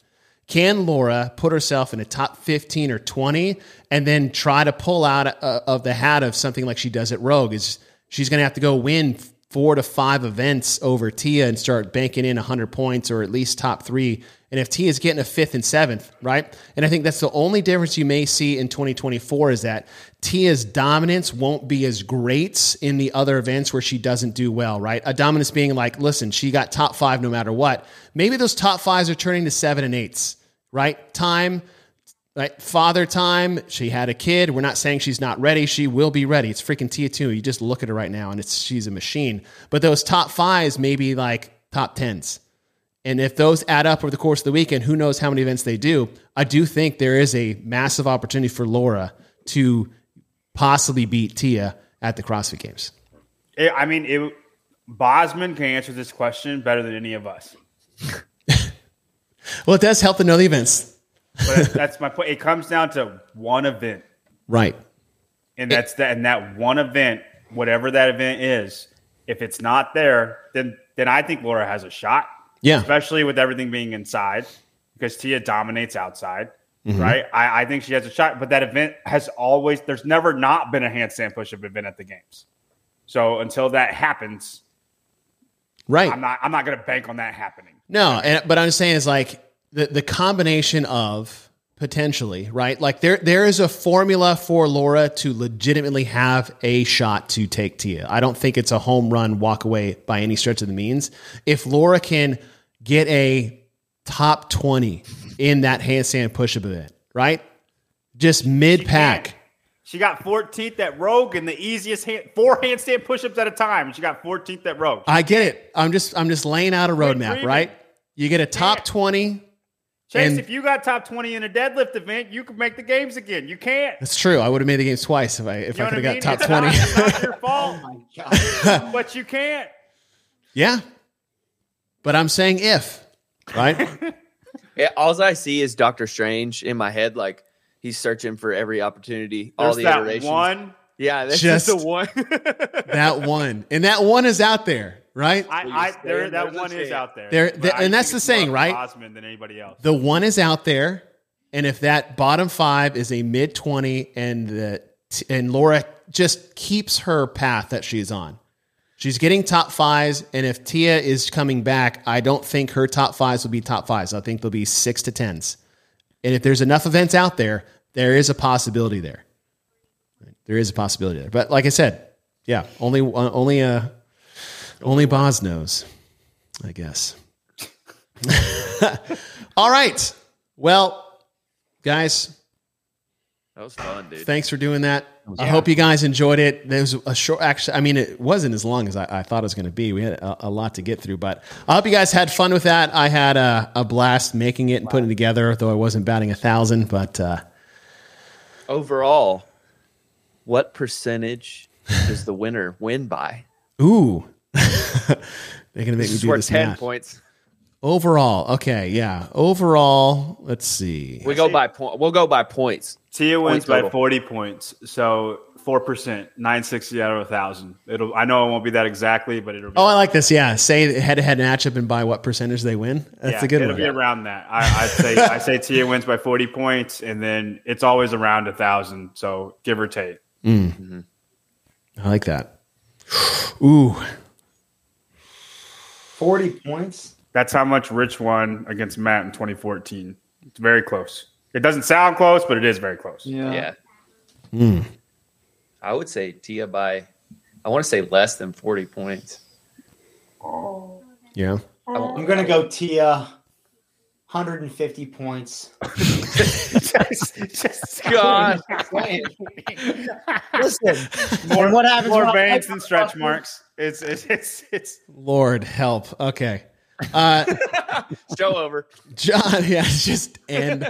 Can Laura put herself in a top 15 or 20 and then try to pull out uh, of the hat of something like she does at Rogue? Is she's going to have to go win four to five events over Tia and start banking in 100 points or at least top three. And if Tia's getting a fifth and seventh, right? And I think that's the only difference you may see in 2024 is that Tia's dominance won't be as great in the other events where she doesn't do well, right? A dominance being like, listen, she got top five no matter what. Maybe those top fives are turning to seven and eights, right? Time, right? Father time. She had a kid. We're not saying she's not ready. She will be ready. It's freaking Tia too. You just look at her right now, and it's she's a machine. But those top fives, maybe like top tens, and if those add up over the course of the weekend, who knows how many events they do? I do think there is a massive opportunity for Laura to possibly beat Tia at the CrossFit Games. It, I mean, it, Bosman can answer this question better than any of us. Well, it does help to know the events, But that's [laughs] my point. It comes down to one event, right? and that's that. And that one event, whatever that event is, if it's not there, then then I think Laura has a shot. Yeah. especially with everything being inside, because Tia dominates outside. Mhm. Right, I, I think she has a shot, but that event has always there's never not been a handstand pushup event at the games. So until that happens, Right. I'm not I'm not going to bank on that happening. No, and, but I'm saying is like the the combination of potentially right, like there there is a formula for Laura to legitimately have a shot to take Tia. I don't think it's a home run walk away by any stretch of the means. If Laura can get a top twenty in that handstand pushup event, right, just mid pack, She got 14th at Rogue in the easiest hand, four handstand pushups at a time. and She got 14th at Rogue. I get it. I'm just I'm just laying out a roadmap, dreaming. right? You get a top twenty. Chase, and- if you got top 20 in a deadlift event, you could make the games again. You can't. That's true. I would have made the games twice if I if You I know could what have mean? got It's top twenty. [laughs] [laughs] Not, it's not your Oh fault. but you can't. Yeah. But I'm saying if, right? Yeah, all I see is Doctor Strange in my head, like he's searching for every opportunity, all There's the that iterations. one. Yeah, that's [laughs] just, Just- the one. that one. And that one is out there, right? [laughs] I, I, there, that There's a one is chance. out there. There- But there- I and think that's the it's more saying, of right? Osman than anybody else. The one is out there. And if that bottom five is a mid 20 and the and Laura just keeps her path that she's on. She's getting top fives, and if Tia is coming back, I don't think her top fives will be top fives. I think they'll be six to tens. And if there's enough events out there, there is a possibility there. There is a possibility there. But like I said, yeah, only uh, only uh only Boz knows, I guess. All right. Well, guys, That was fun, dude. thanks for doing that. was I fun. hope you guys enjoyed it. There was a short, actually, I mean, it wasn't as long as I, I thought it was going to be. We had a, a lot to get through, but I hope you guys had fun with that. I had a, a blast making it and putting it together, though I wasn't batting a thousand, but uh, Overall, what percentage does the winner win [laughs] by? ooh, they're going to make me is do worth this ten math. points. Overall, okay, yeah. Overall, let's see. We go by point. We'll go by points. Tia wins Point by total. 40 points. So 4%, 960 out of 1,000. It'll. I know it won't be that exactly, but it'll be. Oh, I like this. Yeah, say head-to-head matchup and by what percentage they win. That's yeah, a good it'll one. be around that. I, I'd say I say Tia wins by 40 points, and then it's always around a 1,000. So give or take. Mm. I like that. Ooh, 40 points? That's how much Rich won against Matt in 2014. It's very close. It doesn't sound close, but it is very close. Yeah. Yeah. Hmm. I would say Tia by. I want to say less than [laughs] forty points. yeah. I'm gonna go Tia. 150 points. [laughs] [laughs] Oh, God. Listen, More, what happens more when I- bangs than stretch marks. It's it's it's, it's Lord help. Okay. Uh, show over. John, yeah, it's just and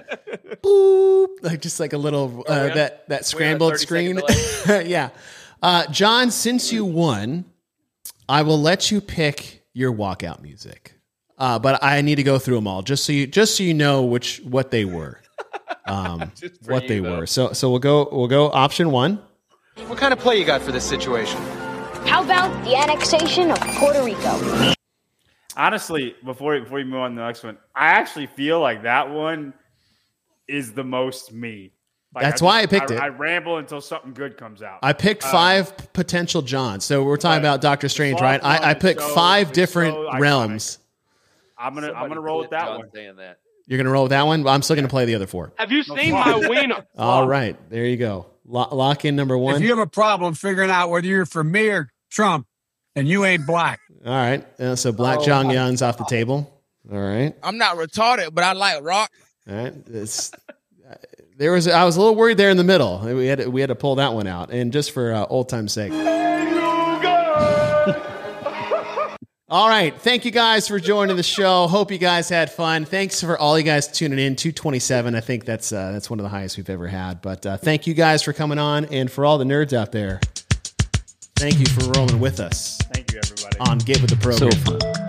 boop, like just like a little uh, we on- that that scrambled screen. [laughs] yeah. Uh, John, since you won, I will let you pick your walkout music. Uh, but I need to go through them all just so you just so you know which what they were, um, what they were. So so we'll go we'll go option one. What kind of play you got for this situation? How about the annexation of Puerto Rico? Honestly, before before you move on to the next one, I actually feel like that one is the most me. Like, That's why I picked it. I ramble until something good comes out. I picked Uh, five p- potential Johns. So we're talking about Doctor Strange, right? I, I picked so- five it's different so iconic. realms. I'm gonna I'm gonna roll with that one. Saying that. You're gonna roll with that one, but I'm still gonna play the other four. [laughs] Have you seen my wiener? All right, there you go. Lo- lock in number one. If you have a problem figuring out whether you're for me or Trump, and you ain't black. All right, uh, so Black Oh, John my Yun's off the table. All right, I'm not retarded, but I like rock. all right. It's, uh, there was I was a little worried there in the middle. We had to, we had to pull that one out, and just for uh, old [laughs] time's sake. All right. Thank you guys for joining the show. Hope you guys had fun. Thanks for all you guys tuning in. 227. I think that's uh, that's one of the highest we've ever had. But uh, thank you guys for coming on and for all the nerds out there. Thank you for rolling with us. Thank you, everybody. On Get with the Program. So fun.